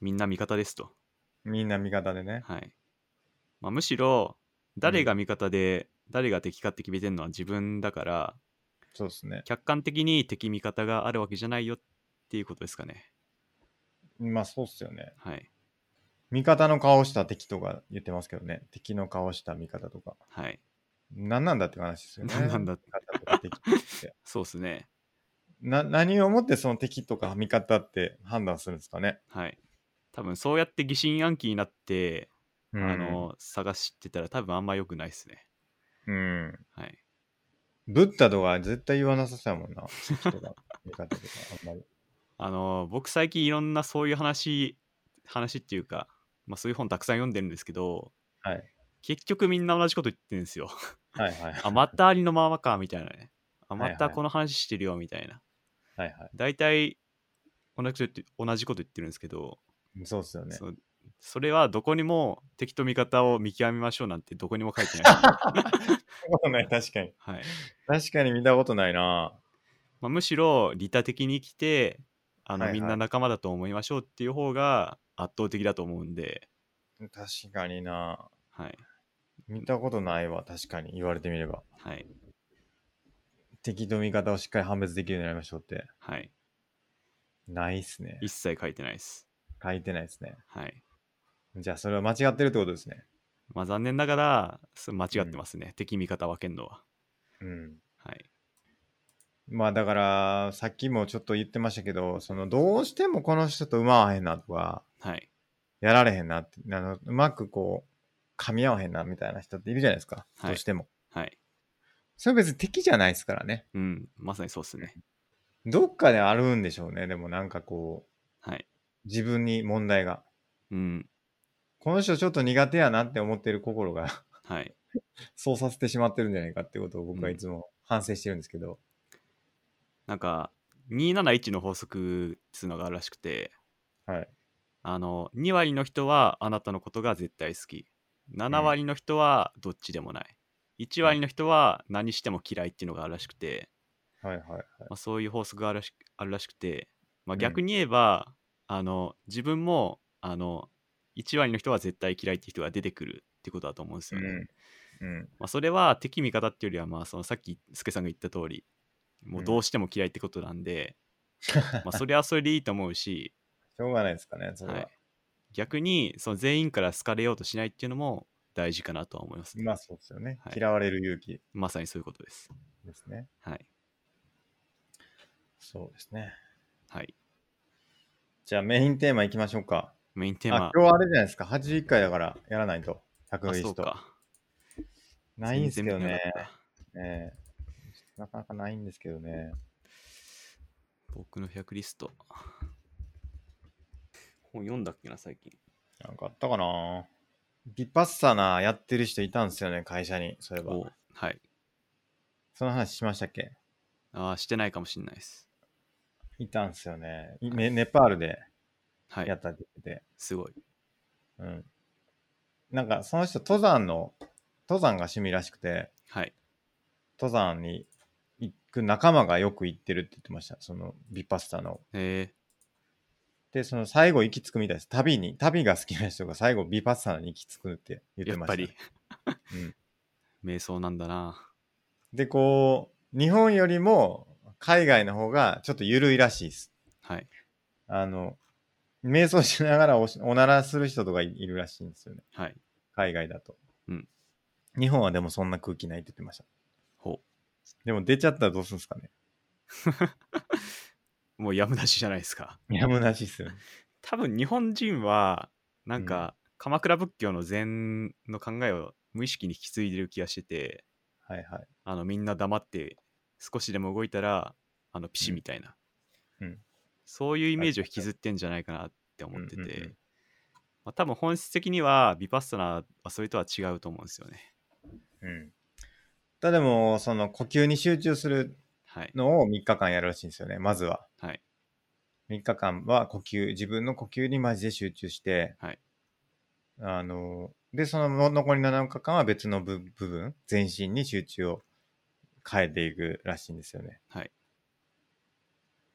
Speaker 2: みんな味方ですと。
Speaker 1: みんな味方でね。
Speaker 2: はい。まあ、むしろ、誰が味方で、誰が敵かって決めてるのは自分だから、
Speaker 1: そうですね。
Speaker 2: 客観的に敵味方があるわけじゃないよっていうことですかね。
Speaker 1: まあ、そうっすよね。
Speaker 2: はい。
Speaker 1: 味方の顔した敵とか言ってますけどね。敵の顔した味方とか。
Speaker 2: はい。
Speaker 1: 何なんだって話ですよね。
Speaker 2: 何なんだ
Speaker 1: 味方とか敵って。
Speaker 2: そうですね。
Speaker 1: な、何をもってその敵とか味方って判断するんですかね。
Speaker 2: はい。多分そうやって疑心暗鬼になって、
Speaker 1: うん
Speaker 2: あ、の探してたら多分あんま良くないですね。
Speaker 1: うん。
Speaker 2: はい。
Speaker 1: ブッダとか絶対言わなさそうやも [laughs] んな。人が味方とか、あんまり。
Speaker 2: あの僕最近いろんなそういう話話っていうか、まあ、そういう本たくさん読んでるんですけど
Speaker 1: はい。
Speaker 2: 結局みんな同じこと言ってる
Speaker 1: [laughs]
Speaker 2: んですよ。
Speaker 1: はいはい。
Speaker 2: あまたありのままかみたいなね。あ
Speaker 1: はいは
Speaker 2: ま
Speaker 1: い
Speaker 2: たこの話してるよみたいな。
Speaker 1: はいは
Speaker 2: 大体同じこと言って同じこと言ってるんですけど、
Speaker 1: い。そうっすよね。
Speaker 2: そうそれはどこにも敵と味方を見極めましょうなんてどこにも書
Speaker 1: [laughs]
Speaker 2: いてない。
Speaker 1: 見たことない、確かに。
Speaker 2: はい、
Speaker 1: 確かに見たことないな。
Speaker 2: まあ、むしろ利他的に生きてあの、
Speaker 1: はいはい
Speaker 2: みんな仲間だと思いましょうっていう方が圧倒的だと思うんで、
Speaker 1: 確かにな。
Speaker 2: はい
Speaker 1: 見たことないわ、確かに。言われてみれば。
Speaker 2: はい
Speaker 1: 敵と味方をしっかり判別できるようになりましょうって。
Speaker 2: はい、
Speaker 1: ないっすね。
Speaker 2: 一切書いてないです。
Speaker 1: 書いてないですね。
Speaker 2: はい
Speaker 1: じゃあ、それは間違ってるってことですね。
Speaker 2: まあ、残念ながらそう間違ってますね、敵味方分けるのは。
Speaker 1: うん。
Speaker 2: はい
Speaker 1: まあだから、さっきもちょっと言ってましたけど、そのどうしてもこの人とうまわへんなとか、
Speaker 2: はい
Speaker 1: やられへんなって、あのうまくこう、噛み合わへんなみたいな人っているじゃないですか。
Speaker 2: はい
Speaker 1: どうしても。
Speaker 2: はい、
Speaker 1: それは別に敵じゃないですからね。
Speaker 2: うん、まさにそうっすね。
Speaker 1: どっかであるんでしょうね。でもなんかこう、
Speaker 2: はい、
Speaker 1: 自分に問題が。
Speaker 2: うん、
Speaker 1: この人ちょっと苦手やなって思ってる心が、 [laughs]
Speaker 2: はい、
Speaker 1: そうさせてしまってるんじゃないかってことを僕はいつも反省してるんですけど。
Speaker 2: なんか271の法則っていうのがあるらしくて、
Speaker 1: はい。
Speaker 2: あの2割の人はあなたのことが絶対好き7割の人はどっちでもない、1割の人は何しても嫌いっていうのがあるらしくて、
Speaker 1: はいはいはい。
Speaker 2: まあ、そういう法則があるらしくあるらしくて、まあ、
Speaker 1: うん
Speaker 2: 逆に言えば、あの自分もあの1割の人は絶対嫌いって人が出てくるってことだと思うんです
Speaker 1: う
Speaker 2: よね、
Speaker 1: ん。うん。
Speaker 2: まあ、それは敵味方っていうよりは、まあ、そのさっき助さんが言った通りもうどうしても嫌いってことなんで、まあ、それはそれでいいと思うし
Speaker 1: しょうがないですかね、それは。
Speaker 2: はい、逆にその全員から好かれようとしないっていうのも大事かなとは思います、
Speaker 1: まあそうですよね。
Speaker 2: はい
Speaker 1: 嫌われる勇気
Speaker 2: まさにそういうことです
Speaker 1: ですね。
Speaker 2: はい
Speaker 1: そうですね。
Speaker 2: はい
Speaker 1: じゃあメインテーマいきましょうか。
Speaker 2: メインテーマ
Speaker 1: あ、今日はあれじゃないですか。81回だからやらないと。
Speaker 2: あ
Speaker 1: 100リ
Speaker 2: そ
Speaker 1: ス
Speaker 2: う
Speaker 1: ト。
Speaker 2: か
Speaker 1: ないんです
Speaker 2: 全
Speaker 1: け
Speaker 2: 然
Speaker 1: ど
Speaker 2: 見てな
Speaker 1: ね。
Speaker 2: かった
Speaker 1: ええなかなかないんですけどね。
Speaker 2: 僕の100リスト本読んだっけな最近
Speaker 1: なんかあったかなビパッサナーやってる人いたんですよね、会社に。そういえば。
Speaker 2: おはい
Speaker 1: その話しましたっけ
Speaker 2: あーしてないかもしれないです
Speaker 1: いたんですよね。いねネパールで
Speaker 2: は
Speaker 1: や
Speaker 2: い
Speaker 1: ったって言って
Speaker 2: すごい
Speaker 1: て。うん。なんかその人、登山の、登山が趣味らしくて。
Speaker 2: はい
Speaker 1: 登山に行く仲間がよく行ってるって言ってました。そのビパッサの。
Speaker 2: え
Speaker 1: で、その最後行き着くみたいです。旅に、旅が好きな人が最後ビパッサに行き着くって言っ
Speaker 2: ー、や
Speaker 1: て
Speaker 2: っ
Speaker 1: ま
Speaker 2: ぱ
Speaker 1: したね、
Speaker 2: り、瞑想なんだな
Speaker 1: うんで、こう、日本よりも海外の方がちょっと緩いらしいです。
Speaker 2: はい
Speaker 1: あの、瞑想しながらおしおならする人とかいいるらしいんですよね。
Speaker 2: はい
Speaker 1: 海外だと。
Speaker 2: うん
Speaker 1: 日本はでもそんな空気ないって言ってました。
Speaker 2: ほ
Speaker 1: でも出ちゃったらどうするんですかね。
Speaker 2: うもうやむなしじゃないですか
Speaker 1: やむなしっすよね。
Speaker 2: 多分日本人はなんか、鎌倉仏教の禅の考えを無意識に引き継いでる気がしてて
Speaker 1: はいはい。
Speaker 2: あのみんな黙って少しでも動いたらあのピシ
Speaker 1: うん
Speaker 2: みたいな、
Speaker 1: うん
Speaker 2: そういうイメージを引きずってんじゃないかなって思ってて、
Speaker 1: うんうんうん
Speaker 2: まあ、多分本質的にはビパッサナはそれとは違うと思うんですよね
Speaker 1: うん。ただでも、その呼吸に集中する
Speaker 2: はい
Speaker 1: のを3日間やるらしいんですよね、まずは。
Speaker 2: はい
Speaker 1: 3日間は呼吸、自分の呼吸にマジで集中して、
Speaker 2: はい
Speaker 1: あの、で、その残り7日間は別の部部分、全身に集中を変えていくらしいんですよね。
Speaker 2: はい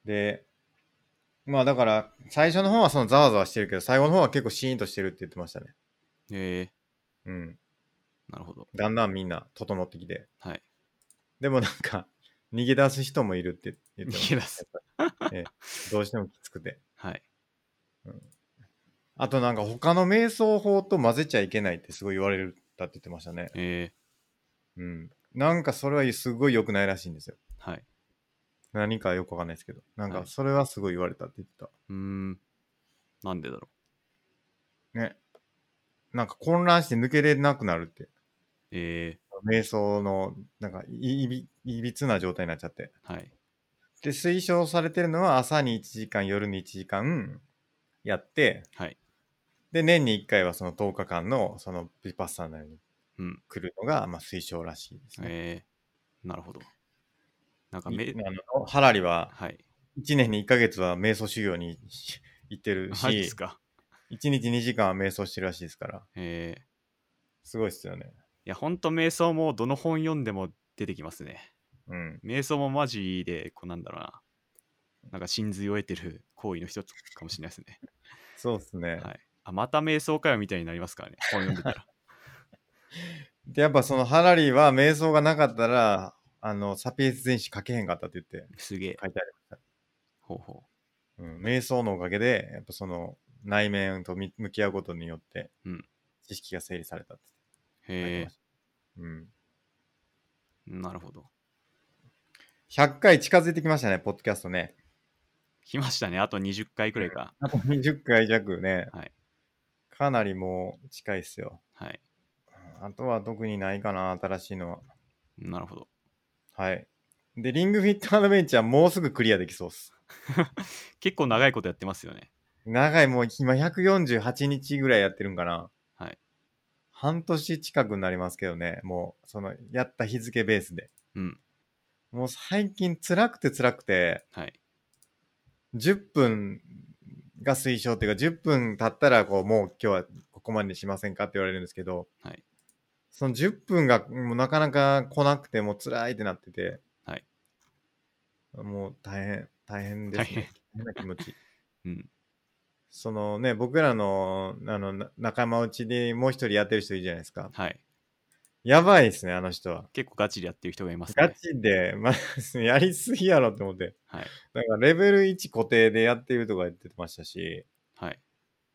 Speaker 1: で、まあだから、最初の方はそのざわざわしてるけど、最後の方は結構シーンとしてるって言ってましたね。
Speaker 2: え
Speaker 1: うん。
Speaker 2: ー、なるほど
Speaker 1: だんだんみんな整ってきて。
Speaker 2: はい
Speaker 1: でもなんか、逃げ出す人もいるって言ってま
Speaker 2: 逃
Speaker 1: し
Speaker 2: げ
Speaker 1: た
Speaker 2: 出す
Speaker 1: どうしてもきつくて。
Speaker 2: はい
Speaker 1: あとなんか他の瞑想法と混ぜちゃいけないってすごい言われるだって言ってましたね。
Speaker 2: え
Speaker 1: うん。なんかそれはすごい良くないらしいんですよ。
Speaker 2: ー、はい
Speaker 1: 何かよくわかんないですけど。なん
Speaker 2: は
Speaker 1: か
Speaker 2: い
Speaker 1: それはすごい言われたって言って
Speaker 2: うーんなんでだろう
Speaker 1: た。ね。なんか混乱して抜けれなくなるって。
Speaker 2: え
Speaker 1: 瞑想の、なんかいいび、いびつな状態になっちゃって。
Speaker 2: ー、はい
Speaker 1: で、推奨されてるのは朝に1時間、夜に1時間やって、
Speaker 2: はい
Speaker 1: で、年に1回はその10日間のそのビパッサーナに
Speaker 2: うん
Speaker 1: 来るのが、まあ推奨らしいですね。
Speaker 2: えー、なるほど。なんかめ
Speaker 1: い、あのハラリは
Speaker 2: はい。
Speaker 1: 1年に1ヶ月は瞑想修行に行ってるし、
Speaker 2: マジですか。
Speaker 1: 1日2時間は瞑想してるらしいですから、
Speaker 2: えー、い
Speaker 1: すごいっすよね。
Speaker 2: や、ほんと瞑想もどの本読んでも出てきますね。
Speaker 1: うん。
Speaker 2: 瞑想もマジで、こうなんだろうな。なんか真髄を得てる行為の一つかもしれないですね。
Speaker 1: そうですね。
Speaker 2: はい。あ、また瞑想かよみたいになりますからね。本読んでた
Speaker 1: [laughs]
Speaker 2: ら。
Speaker 1: で、やっぱそのハラリーは瞑想がなかったら、あの、サピエンス全史書けへんかったって言って
Speaker 2: すげえ。
Speaker 1: 書いてありまし
Speaker 2: ほうほ
Speaker 1: た。うん。瞑想のおかげで、やっぱその内面とみ向き合うことによって
Speaker 2: うん、
Speaker 1: 知識が整理されたって
Speaker 2: う。
Speaker 1: 書いて
Speaker 2: へ
Speaker 1: ました。うん。
Speaker 2: え。なるほど。
Speaker 1: 100回近づいてきましたね、ポッドキャストね。
Speaker 2: 来ましたね。あと20回くらいか。
Speaker 1: あ [laughs] と20回弱ね。
Speaker 2: はい
Speaker 1: かなりもう近いっすよ。
Speaker 2: はい。
Speaker 1: あとは特にないかな、新しいのは。
Speaker 2: なるほど。
Speaker 1: はい。で、リングフィットアドベンチャーもうすぐクリアできそうっす。
Speaker 2: 結構長いことやってますよね。
Speaker 1: 長い、もう今148日ぐらいやってるんかな。
Speaker 2: はい。
Speaker 1: 半年近くになりますけどね、もう、その、やった日付ベースで。
Speaker 2: うん。
Speaker 1: もう最近辛くて辛くて、
Speaker 2: はい。
Speaker 1: 10分が推奨っていうか、10分経ったら、こう、もう今日はここまでにしませんかって言われるんですけど、
Speaker 2: はい。
Speaker 1: その10分がもうなかなか来なくて、もう辛いってなってて、
Speaker 2: はい。
Speaker 1: もう大変、大変ですね。大変な気持ち。
Speaker 2: [laughs] うん。
Speaker 1: そのね、僕らの、あの、な仲間内でもう一人やってる人いるじゃないですか。
Speaker 2: はい。
Speaker 1: やばいですね、あの人は。
Speaker 2: 結構ガチでやってる人がいます
Speaker 1: ガ
Speaker 2: ね。
Speaker 1: チで、まあ、 [laughs] やりすぎやろって思って。
Speaker 2: はい。
Speaker 1: だからレベル1固定でやってるとか言ってましたし、
Speaker 2: はい。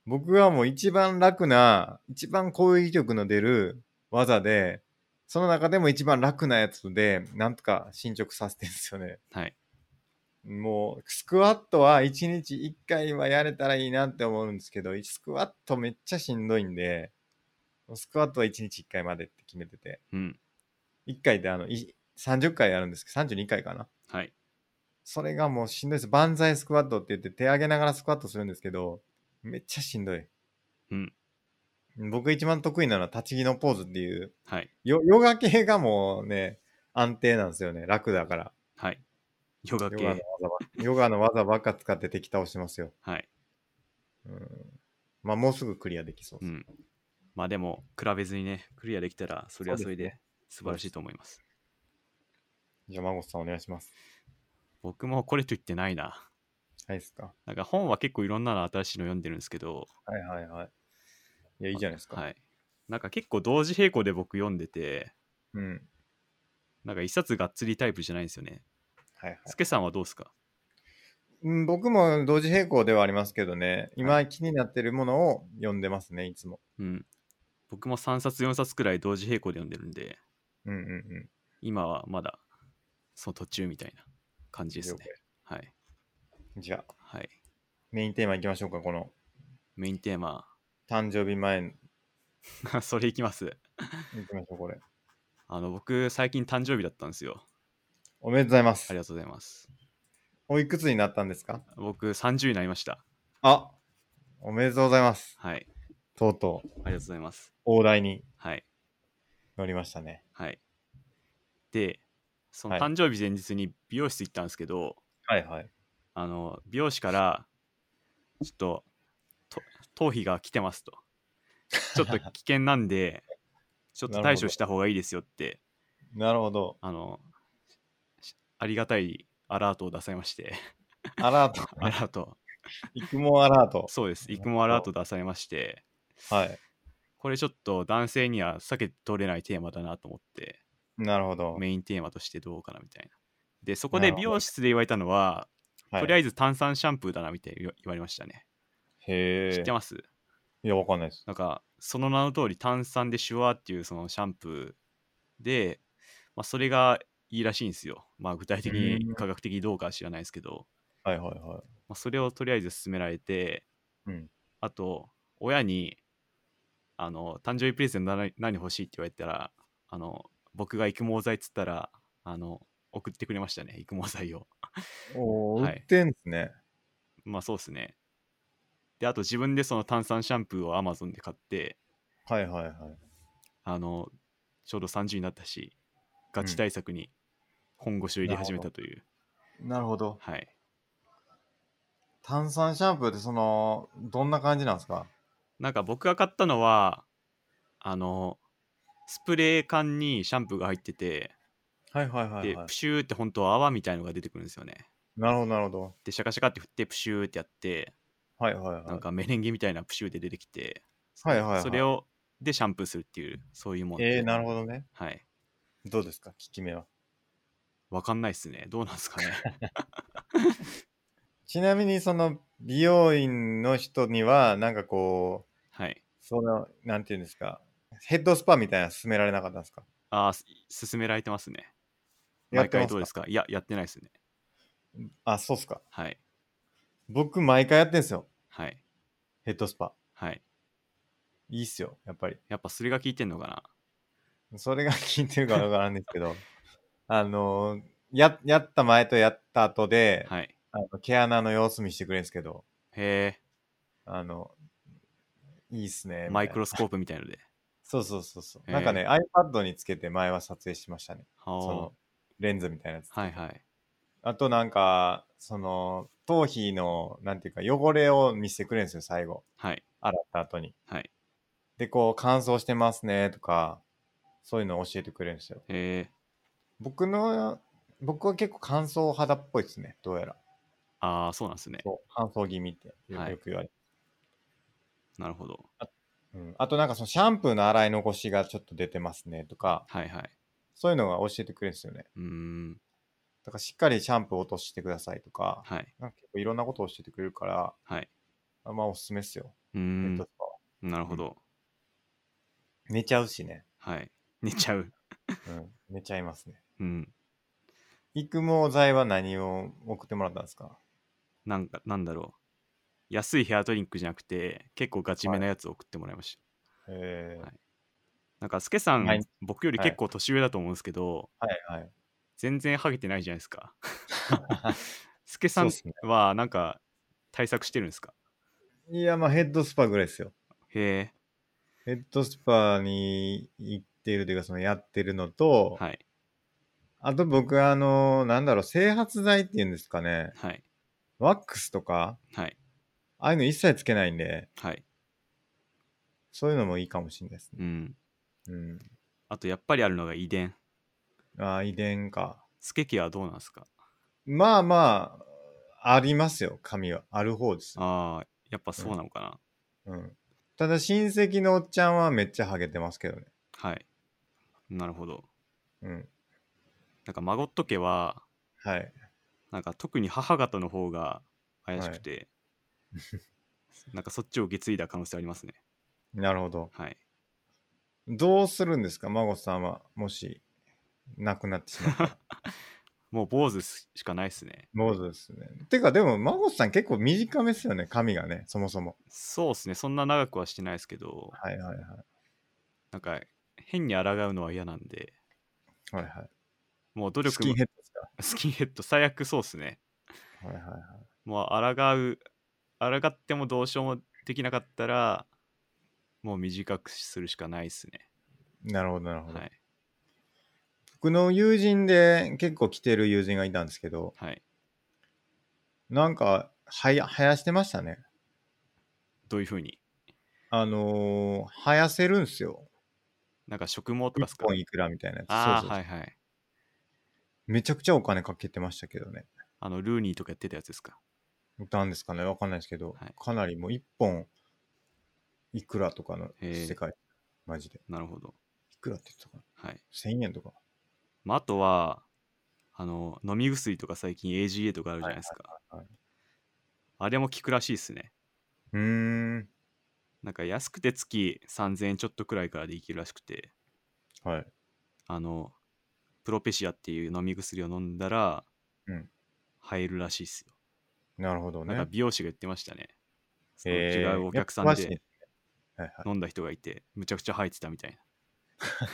Speaker 1: 僕はもう一番楽な、一番攻撃力の出る技で、その中でも一番楽なやつで、なんとか進捗させてるんですよね。
Speaker 2: はい。
Speaker 1: もう、スクワットは1日1回はやれたらいいなって思うんですけど、スクワットめっちゃしんどいんで、スクワットは1日1回までって決めてて、
Speaker 2: うん。
Speaker 1: 1回であの、い30回やるんですけど、32回かな。
Speaker 2: はい。
Speaker 1: それがもうしんどいです。万歳スクワットって言って手上げながらスクワットするんですけど、めっちゃしんどい。
Speaker 2: うん。
Speaker 1: 僕一番得意なのは立ち木のポーズっていう、
Speaker 2: はい。
Speaker 1: ヨヨガ系がもうね、安定なんですよね。楽だから。
Speaker 2: はい。ヨガ
Speaker 1: ヨ
Speaker 2: 系。
Speaker 1: ガの技ばヨガの技ばっか使って敵倒してますよ。
Speaker 2: はい。
Speaker 1: うん。まあもうすぐクリアできそう
Speaker 2: う
Speaker 1: です。
Speaker 2: ん。まあでも、比べずにね、クリアできたら、それはそれで素晴らしいと思います。
Speaker 1: じゃあ、マゴスさんお願いします。
Speaker 2: 僕もこれと言ってないな。
Speaker 1: はいっすか。
Speaker 2: なんか本は結構いろんなの新しいの読んでるんですけど、
Speaker 1: はいはいはい。いや、いいじゃないですか。
Speaker 2: はい。なんか結構同時並行で僕読んでて、
Speaker 1: うん。
Speaker 2: なんか一冊がっつりタイプじゃないんですよね。
Speaker 1: はいはい。
Speaker 2: スケさんはどうですか
Speaker 1: うん、僕も同時並行ではありますけどね、今気になってるものを読んでますね、いつも。
Speaker 2: うん。僕も3冊4冊くらい同時並行で読んでるんで、
Speaker 1: うんうんうん。
Speaker 2: 今はまだその途中みたいな感じですね
Speaker 1: 了。
Speaker 2: はい。
Speaker 1: じゃあ、
Speaker 2: はい。
Speaker 1: メインテーマいきましょうか、この
Speaker 2: メインテーマ、 [laughs]
Speaker 1: 誕生日前に
Speaker 2: それいきます。
Speaker 1: いきましょう、これ。
Speaker 2: あの、僕、最近誕生日だったんですよ。
Speaker 1: おめでとうございま
Speaker 2: あ
Speaker 1: す
Speaker 2: り。がとうございます。
Speaker 1: おいくつになったんですか
Speaker 2: 僕、30になりました。
Speaker 1: あおめでとうございます。
Speaker 2: はい。
Speaker 1: とうとう、
Speaker 2: ありがとうございます。
Speaker 1: 大台に
Speaker 2: はい。
Speaker 1: 乗りましたね。
Speaker 2: はい。で、その
Speaker 1: はい
Speaker 2: 誕生日前日に美容室行ったんですけど、
Speaker 1: はいはい。
Speaker 2: あの、美容師から、ちょっと、と頭皮が来てますと。ち
Speaker 1: [laughs]
Speaker 2: ょっと危険なんで、ちょっと対処した方がいいですよって、
Speaker 1: なるほ [laughs] ど。
Speaker 2: あの、しありがたいアラートを出され
Speaker 1: [laughs]
Speaker 2: まして、
Speaker 1: アラート。
Speaker 2: アラート、
Speaker 1: 育毛アラート。
Speaker 2: そうです、育毛アラート出されまして、
Speaker 1: はい。
Speaker 2: これちょっと男性には避けて通れないテーマだなと思って、
Speaker 1: なるほど。
Speaker 2: メインテーマとしてどうかなみたいな。で、そこで
Speaker 1: なるほ
Speaker 2: 美
Speaker 1: ど
Speaker 2: 容室で言われたのは、とり
Speaker 1: は
Speaker 2: あ
Speaker 1: い、
Speaker 2: えず炭酸シャンプーだなみたいに言わ言われましたね。
Speaker 1: へえ。
Speaker 2: 知ってます
Speaker 1: いや、わかんないです。
Speaker 2: なんか、その名の通り炭酸でシュワーっていうそのシャンプーで、まあ、それがいいらしいんですよ。まあ、具体的
Speaker 1: う
Speaker 2: に
Speaker 1: ん
Speaker 2: 科学的にどうかは知らないですけど、
Speaker 1: はいはいは
Speaker 2: まあ、それをとりあえず勧められて、
Speaker 1: い。うん。
Speaker 2: あと、親に、あの、誕生日プレゼント何何欲しいって言われたら、あの、僕が育毛剤っつったら、あの、送ってくれましたね、育毛剤を。 [laughs]
Speaker 1: おー、
Speaker 2: はい
Speaker 1: 売ってんですね。
Speaker 2: まあそうですね。で、あと自分でその炭酸シャンプーを Amazon で買って、
Speaker 1: はいはいはい。
Speaker 2: あの、ちょうど30になったし、ガチ対策に本腰を入れ始めたという。
Speaker 1: なるほど。
Speaker 2: はい。
Speaker 1: 炭酸シャンプーってその、どんな感じなんですか
Speaker 2: なんか僕が買ったのは、あの、スプレー缶にシャンプーが入ってて、
Speaker 1: はいはいはい、
Speaker 2: で、
Speaker 1: はい
Speaker 2: プ。シューって本当は泡みたいのが出てくるんですよね。
Speaker 1: なるほどなるほど。
Speaker 2: で、シャカシャカって振ってプシューってやって、
Speaker 1: はいはいはい。
Speaker 2: なんかメレンゲみたいなプシューで出てきて、
Speaker 1: はいはいはい
Speaker 2: それをでシャンプーするっていう、そういうもんで。
Speaker 1: えー、なるほどね。
Speaker 2: はい。
Speaker 1: どうですか効き目は。
Speaker 2: わかんないっすね。どうなんですかね。
Speaker 1: [laughs] ちなみにその美容院の人には、なんかこう、
Speaker 2: はい。
Speaker 1: その、なんていうんですか、ヘッドスパみたいなの勧められなかったんですか
Speaker 2: ああ、す勧められてますね。
Speaker 1: やっ
Speaker 2: 毎
Speaker 1: てま
Speaker 2: 回
Speaker 1: すか
Speaker 2: どうですかいや、やってないっすね。
Speaker 1: あ、そうっすか。
Speaker 2: はい。
Speaker 1: 僕、毎回やってんすよ。
Speaker 2: はい。
Speaker 1: ヘッドスパ。
Speaker 2: はい。
Speaker 1: いいっすよ、やっぱり。
Speaker 2: やっぱそれが効いてんのかな
Speaker 1: それが効いてるかわからんですけ
Speaker 2: [laughs]
Speaker 1: ど、あのーや、やった前とやった後で、
Speaker 2: はい。
Speaker 1: あの毛穴の様子見してくれるんですけど、
Speaker 2: へ
Speaker 1: あの、いいっすね。みたい
Speaker 2: え、
Speaker 1: な
Speaker 2: マイクロスコープみたいので。
Speaker 1: そうそうそうそう。
Speaker 2: へー
Speaker 1: なんかね、iPad につけて前は撮影しましたね。
Speaker 2: は
Speaker 1: その、レンズみたいなやつ。
Speaker 2: あ。はいはい。
Speaker 1: あとなんか、その、頭皮の、なんていうか、汚れを見せてくれるんですよ、最後。
Speaker 2: はい。
Speaker 1: 洗った後に。
Speaker 2: はい。
Speaker 1: で、こう、乾燥してますね、とか、そういうのを教えてくれるんですよ。
Speaker 2: へえ。
Speaker 1: 僕の、僕は結構乾燥肌っぽいですね、どうやら。
Speaker 2: ああ、そうなんですね。
Speaker 1: そう乾燥気味ってよ
Speaker 2: はい
Speaker 1: よく言われる、
Speaker 2: なるほど。
Speaker 1: うん。あとなんかそのシャンプーの洗い残しがちょっと出てますね、とか、
Speaker 2: はいはい。
Speaker 1: そういうのが教えてくれるんですよね。
Speaker 2: うーん。
Speaker 1: だからしっかりシャンプー落としてくださいとか、
Speaker 2: はい。
Speaker 1: なんか結構いろんなことを教えてくれるから、
Speaker 2: はい。
Speaker 1: あまあおすすめっすよ。
Speaker 2: うー
Speaker 1: ネッ
Speaker 2: ん
Speaker 1: ト。とかは
Speaker 2: なるほど。
Speaker 1: 寝ちゃうしね。
Speaker 2: はい。寝ちゃう。
Speaker 1: うん、寝ちゃいますね。
Speaker 2: うん。
Speaker 1: 育毛剤は何を送ってもらったんですか
Speaker 2: なんか、なんだろう。安いヘアドリンクじゃなくて、結構ガチめなやつを送ってもらいました。
Speaker 1: えー
Speaker 2: はいなんか、スケさん、
Speaker 1: はい
Speaker 2: 僕より結構年上だと思うんですけど、
Speaker 1: はいはい。
Speaker 2: 全然ハゲてないじゃないで
Speaker 1: [laughs]
Speaker 2: すか。スケさん
Speaker 1: そうっすね
Speaker 2: は、なんか、対策してるんですか
Speaker 1: いや、まあヘッドスパぐらいですよ。
Speaker 2: へえ。
Speaker 1: ヘッドスパに行ってるというか、そのやってるのと、
Speaker 2: はい。
Speaker 1: あと僕はあの、なんだろう、整髪剤っていうんですかね。
Speaker 2: はい。
Speaker 1: ワックスとか、
Speaker 2: はい。
Speaker 1: ああいうの一切つけないんで、
Speaker 2: はい。
Speaker 1: そういうのもいいかもしれないです
Speaker 2: う
Speaker 1: ね。
Speaker 2: ん。
Speaker 1: うん。
Speaker 2: あと、やっぱりあるのが遺伝。
Speaker 1: ああ、遺伝か。
Speaker 2: スケ家はどうなんですか
Speaker 1: まあまあ、ありますよ、髪は。ある方ですよ。
Speaker 2: ああ、やっぱそうなのかな。
Speaker 1: うん。ただ、親戚のおっちゃんはめっちゃハゲてますけどね。
Speaker 2: はい。なるほど。
Speaker 1: うん。
Speaker 2: なんか、孫っと家は、
Speaker 1: はい。
Speaker 2: なんか特に母方の方が怪しくて、 [laughs] なんかそっちを受け継いだ可能性ありますね。
Speaker 1: なるほど。
Speaker 2: はい。
Speaker 1: どうするんですか、孫さんは。もし、亡くなってしま
Speaker 2: [laughs]
Speaker 1: ったら。
Speaker 2: もう坊主しかないですね。
Speaker 1: 坊主ですね。てか、でも、孫さん結構短めですよね、髪がね、そもそも。
Speaker 2: そうですね。そんな長くはしてないですけど、
Speaker 1: はいはいはい。
Speaker 2: なんか変に抗うのは嫌なんで、
Speaker 1: はいは
Speaker 2: もう努
Speaker 1: い。
Speaker 2: 力
Speaker 1: スキンヘッドですか
Speaker 2: スキンヘッド最悪そうですね。
Speaker 1: はいはいはい。
Speaker 2: もう抗う、抗ってもどうしようもできなかったら、もう短くするしかないですね。
Speaker 1: なるほどなるほど。
Speaker 2: はい。
Speaker 1: 僕の友人で結構来てる友人がいたんですけど、
Speaker 2: はい。
Speaker 1: なんか、はや、生やしてましたね。
Speaker 2: どういうふうに
Speaker 1: あのー、生やせるんすよ。
Speaker 2: なんか植毛とかです
Speaker 1: 1
Speaker 2: か
Speaker 1: 本いくらみたいなやつ。
Speaker 2: あ
Speaker 1: そうそう
Speaker 2: あ、
Speaker 1: そう
Speaker 2: はいはい。
Speaker 1: めちゃくちゃお金かけてましたけどね。
Speaker 2: あの、ルーニーとかやってたやつですか
Speaker 1: なんですかね、わかんないですけど、
Speaker 2: はい
Speaker 1: かなりもう1本いくらとかの
Speaker 2: へえ
Speaker 1: 世界。マジで。
Speaker 2: なるほど。
Speaker 1: いくらって言ってたかな
Speaker 2: はい。
Speaker 1: ?1000 円とか。
Speaker 2: まあ、あとは、あの、飲み薬とか最近 AGA とかあるじゃないですか。
Speaker 1: はいはいはい
Speaker 2: あれも効くらしいですね。
Speaker 1: うーん。
Speaker 2: なんか安くて月3000円ちょっとくらいからできるらしくて、
Speaker 1: はい。
Speaker 2: あの、プロペシアっていう飲み薬を飲んだら、
Speaker 1: うん
Speaker 2: 生えるらしいっすよ。
Speaker 1: なるほどね。
Speaker 2: なんか美容師が言ってましたね。その
Speaker 1: え
Speaker 2: 違
Speaker 1: ー
Speaker 2: うお客さん
Speaker 1: やっぱ詳しいね
Speaker 2: で
Speaker 1: はいはい。
Speaker 2: 飲んだ人がいて、むちゃくちゃ生えてたみたい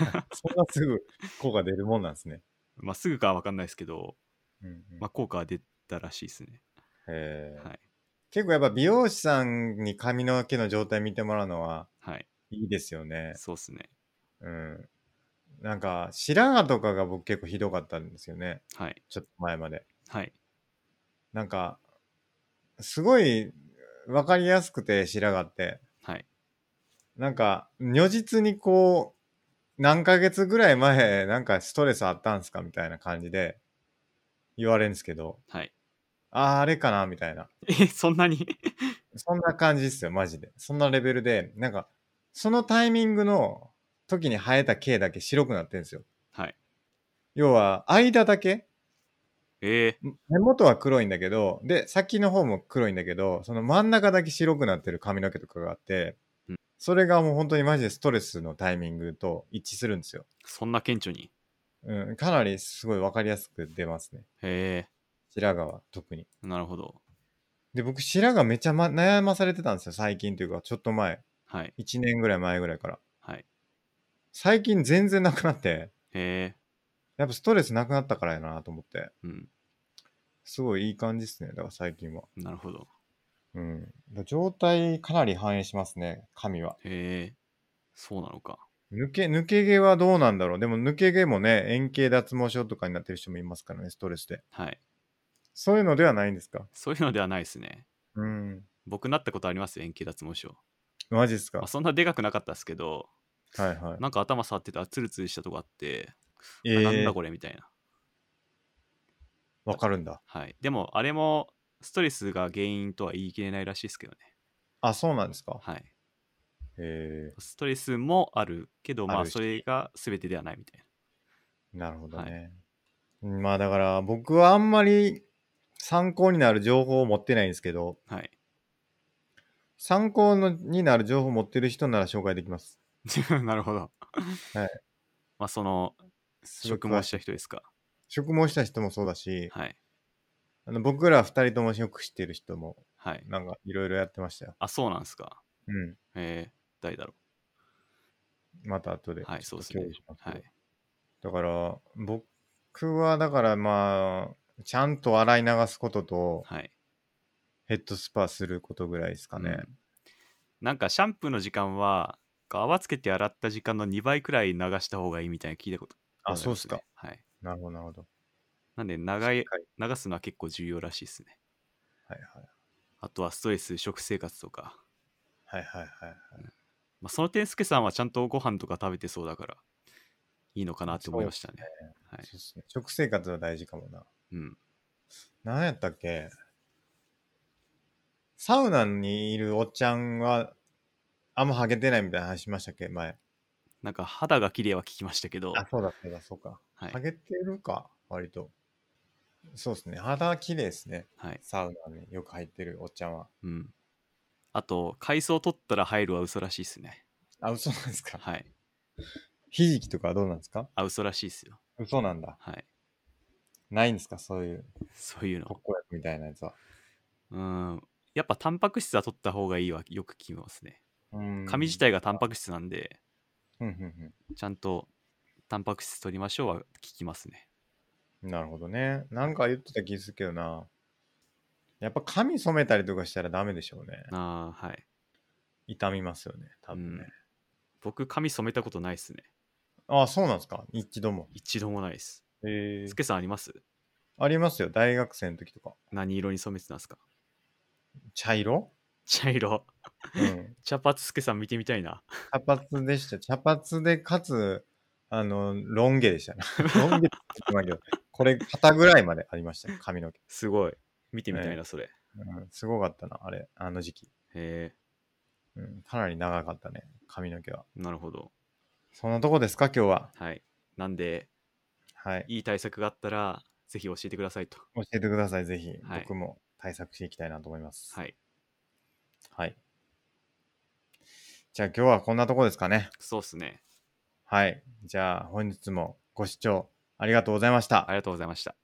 Speaker 2: な。
Speaker 1: そんなすぐ効果出るもんなんですね。
Speaker 2: まあ、すぐかは分かんないですけど、
Speaker 1: うんうん
Speaker 2: まあ、効果は出たらしいですね。
Speaker 1: えー
Speaker 2: はい。
Speaker 1: 結構やっぱ美容師さんに髪の毛の状態見てもらうのは
Speaker 2: はい。
Speaker 1: いいですよね。
Speaker 2: そうっすね。
Speaker 1: うん。なんか白髪とかが僕結構ひどかったんですよね。
Speaker 2: はい。
Speaker 1: ちょっと前まで。
Speaker 2: はい。
Speaker 1: なんか、すごい分かりやすくて白髪って。
Speaker 2: はい。
Speaker 1: なんか、如実にこ何ヶ月ぐらい前、なんかストレスあったんすかみたいな感じで言われるんですけど、
Speaker 2: はい。
Speaker 1: ああ、あれかなみたいな。
Speaker 2: え、そんなに
Speaker 1: そんな感じっすよ、マジで。そんなレベルで、なんか、そのタイミングの時に生えた毛だけ白くなってんですよ。
Speaker 2: はい。
Speaker 1: 要は、間だけ
Speaker 2: えー、
Speaker 1: 根元は黒いんだけど、で、先の方も黒いんだけど、その真ん中だけ白くなってる髪の毛とかがあって
Speaker 2: うん、
Speaker 1: それがもう本当にマジでストレスのタイミングと一致するんですよ。
Speaker 2: そんな顕著に。
Speaker 1: うん、かなりすごいわかりやすく出ますね。
Speaker 2: え
Speaker 1: 白髪は特に。
Speaker 2: ー、なるほど。
Speaker 1: で、僕、白髪めっちゃ、ま、悩まされてたんですよ、最近というか、ちょっと前。
Speaker 2: はい。
Speaker 1: 1年ぐらい前ぐらいから。
Speaker 2: はい。
Speaker 1: 最近全然なくなって、
Speaker 2: え
Speaker 1: やっぱストレスなくなったからやなと思って、
Speaker 2: ー、うん。
Speaker 1: すごいいい感じですね、だから最近は。
Speaker 2: なるほど。
Speaker 1: うん。だから状態かなり反映しますね、髪は。
Speaker 2: えー、そうなのか。
Speaker 1: 抜け、抜け毛はどうなんだろう。でも抜け毛もね、円形脱毛症とかになってる人もいますからね、ストレスで。
Speaker 2: はい。
Speaker 1: そういうのではないんですか
Speaker 2: そういうのではないですね。
Speaker 1: うん。
Speaker 2: 僕なったことありますよ、円形脱毛症。
Speaker 1: マジっすか
Speaker 2: まあ、そんなでかくなかったですけど、
Speaker 1: はいはい。
Speaker 2: なんか頭触ってたらツルツルしたとこあって、
Speaker 1: え
Speaker 2: あなん
Speaker 1: ー
Speaker 2: だ、これみたいな。
Speaker 1: わかるんだ。
Speaker 2: はい。でも、あれもストレスが原因とは言い切れないらしいですけどね。
Speaker 1: あ、そうなんですか
Speaker 2: はい。
Speaker 1: え
Speaker 2: ストレスもあるけど、ま
Speaker 1: あ
Speaker 2: あ、
Speaker 1: るし
Speaker 2: それが全てではないみたい
Speaker 1: ー、なるほどね。まあだから、僕はあんまり参考になる情報を持ってないんですけど、
Speaker 2: な。はい。
Speaker 1: 参考のになる情報を持ってる人なら紹介できます。
Speaker 2: [laughs] なるほど。
Speaker 1: はい。
Speaker 2: まあ、その、植毛した人ですか。
Speaker 1: 職務した人もそうだし、
Speaker 2: はい。
Speaker 1: あの僕ら二人ともよく知ってる人も、
Speaker 2: はい。
Speaker 1: なんかいろいろやってましたよ。
Speaker 2: あ、そうなんですか。
Speaker 1: うん。
Speaker 2: えー、誰だろ
Speaker 1: また後で。
Speaker 2: う。はい、そうですね
Speaker 1: 共有しま。す
Speaker 2: はい。
Speaker 1: だから、僕はだからまあ、ちゃんと洗い流すことと、
Speaker 2: はい。
Speaker 1: ヘッドスパすることぐらいですかね。
Speaker 2: うんなんか、シャンプーの時間は、泡つけて洗った時間の2倍くらい流した方がいいみたいな聞いたこと
Speaker 1: あ、そうっすか
Speaker 2: ござい。ますね。
Speaker 1: な
Speaker 2: はい。
Speaker 1: るほど、なるほど。
Speaker 2: なんで、長い
Speaker 1: しっ、かり
Speaker 2: 流すのは結構重要らしいですね。
Speaker 1: はいはい。
Speaker 2: あとはストレス、食生活とか。
Speaker 1: はいはいはいはい。
Speaker 2: まあ、その点、すけさんはちゃんとご飯とか食べてそうだから、いいのかなって思いましたね。はい。
Speaker 1: そうっすね。食生活は大事かもな。
Speaker 2: うん。
Speaker 1: 何やったっけサウナにいるおっちゃんは、あんまハゲてないみたいな話しましたっけ前。
Speaker 2: なんか、肌が綺麗は聞きましたけど、
Speaker 1: あ、そうだ、そうだ、そうか。
Speaker 2: はい
Speaker 1: ハ。ゲてるか割と。そうですね。肌綺麗ですね。
Speaker 2: はい。
Speaker 1: サウナによく入ってるおっちゃんは。
Speaker 2: うん。あと、海藻取ったら入るは嘘らしいっすね。
Speaker 1: あ、嘘なんですか [laughs]
Speaker 2: はい。
Speaker 1: ひじきとかはどうなんですか
Speaker 2: あ、嘘らしいっすよ。
Speaker 1: 嘘なんだ。
Speaker 2: はい。
Speaker 1: ないんですかそういう
Speaker 2: そういう
Speaker 1: 特
Speaker 2: の。
Speaker 1: 効薬みたいなやつは。
Speaker 2: うん。やっぱ、タンパク質は取った方がいいはよく聞きますね。
Speaker 1: うん
Speaker 2: 髪自。体がタンパク質なんで、
Speaker 1: うんうん
Speaker 2: ちゃんとタンパク質取りましょうは聞きますね。
Speaker 1: うん。なるほどね。なんか言ってた気するけどな。やっぱ髪染めたりとかしたらダメでしょうね。
Speaker 2: ああ、はい。
Speaker 1: 痛みますよね。多分ね。
Speaker 2: 僕、髪染めたことないっすね。
Speaker 1: ああ、そうなんですか一度も。
Speaker 2: 一度もないっす。
Speaker 1: え
Speaker 2: すけさんあります
Speaker 1: ありますよ。大学生の時とか。
Speaker 2: 何色に染めてたんですか
Speaker 1: 茶色
Speaker 2: 茶色。
Speaker 1: うん。
Speaker 2: 茶髪すけさん見てみたいな。
Speaker 1: 茶髪でした。茶髪で、かつ、あの、ロン毛でした
Speaker 2: [laughs]
Speaker 1: ね。ロン毛って言ってましたけど、これ、肩ぐらいまでありました、髪の毛。
Speaker 2: すごい。見てみたい
Speaker 1: ね
Speaker 2: な、それ。
Speaker 1: うん、すごかったな、あれ、あの時期、
Speaker 2: へ
Speaker 1: うん。かなり長かったね、髪の毛は。
Speaker 2: え、なるほど。
Speaker 1: そんなとこですか、今日は。
Speaker 2: はい。なんで、
Speaker 1: はい。
Speaker 2: いい対策があったら、ぜひ教えてくださいと。
Speaker 1: 教えてください、ぜひ。
Speaker 2: はい
Speaker 1: 僕も対策していきたいなと思います。
Speaker 2: はい。
Speaker 1: はい。じゃあ、今日はこんなとこですかね。
Speaker 2: そうっすね。
Speaker 1: はい。じゃあ、本日もご視聴ありがとうございました
Speaker 2: あ。りがとうございました。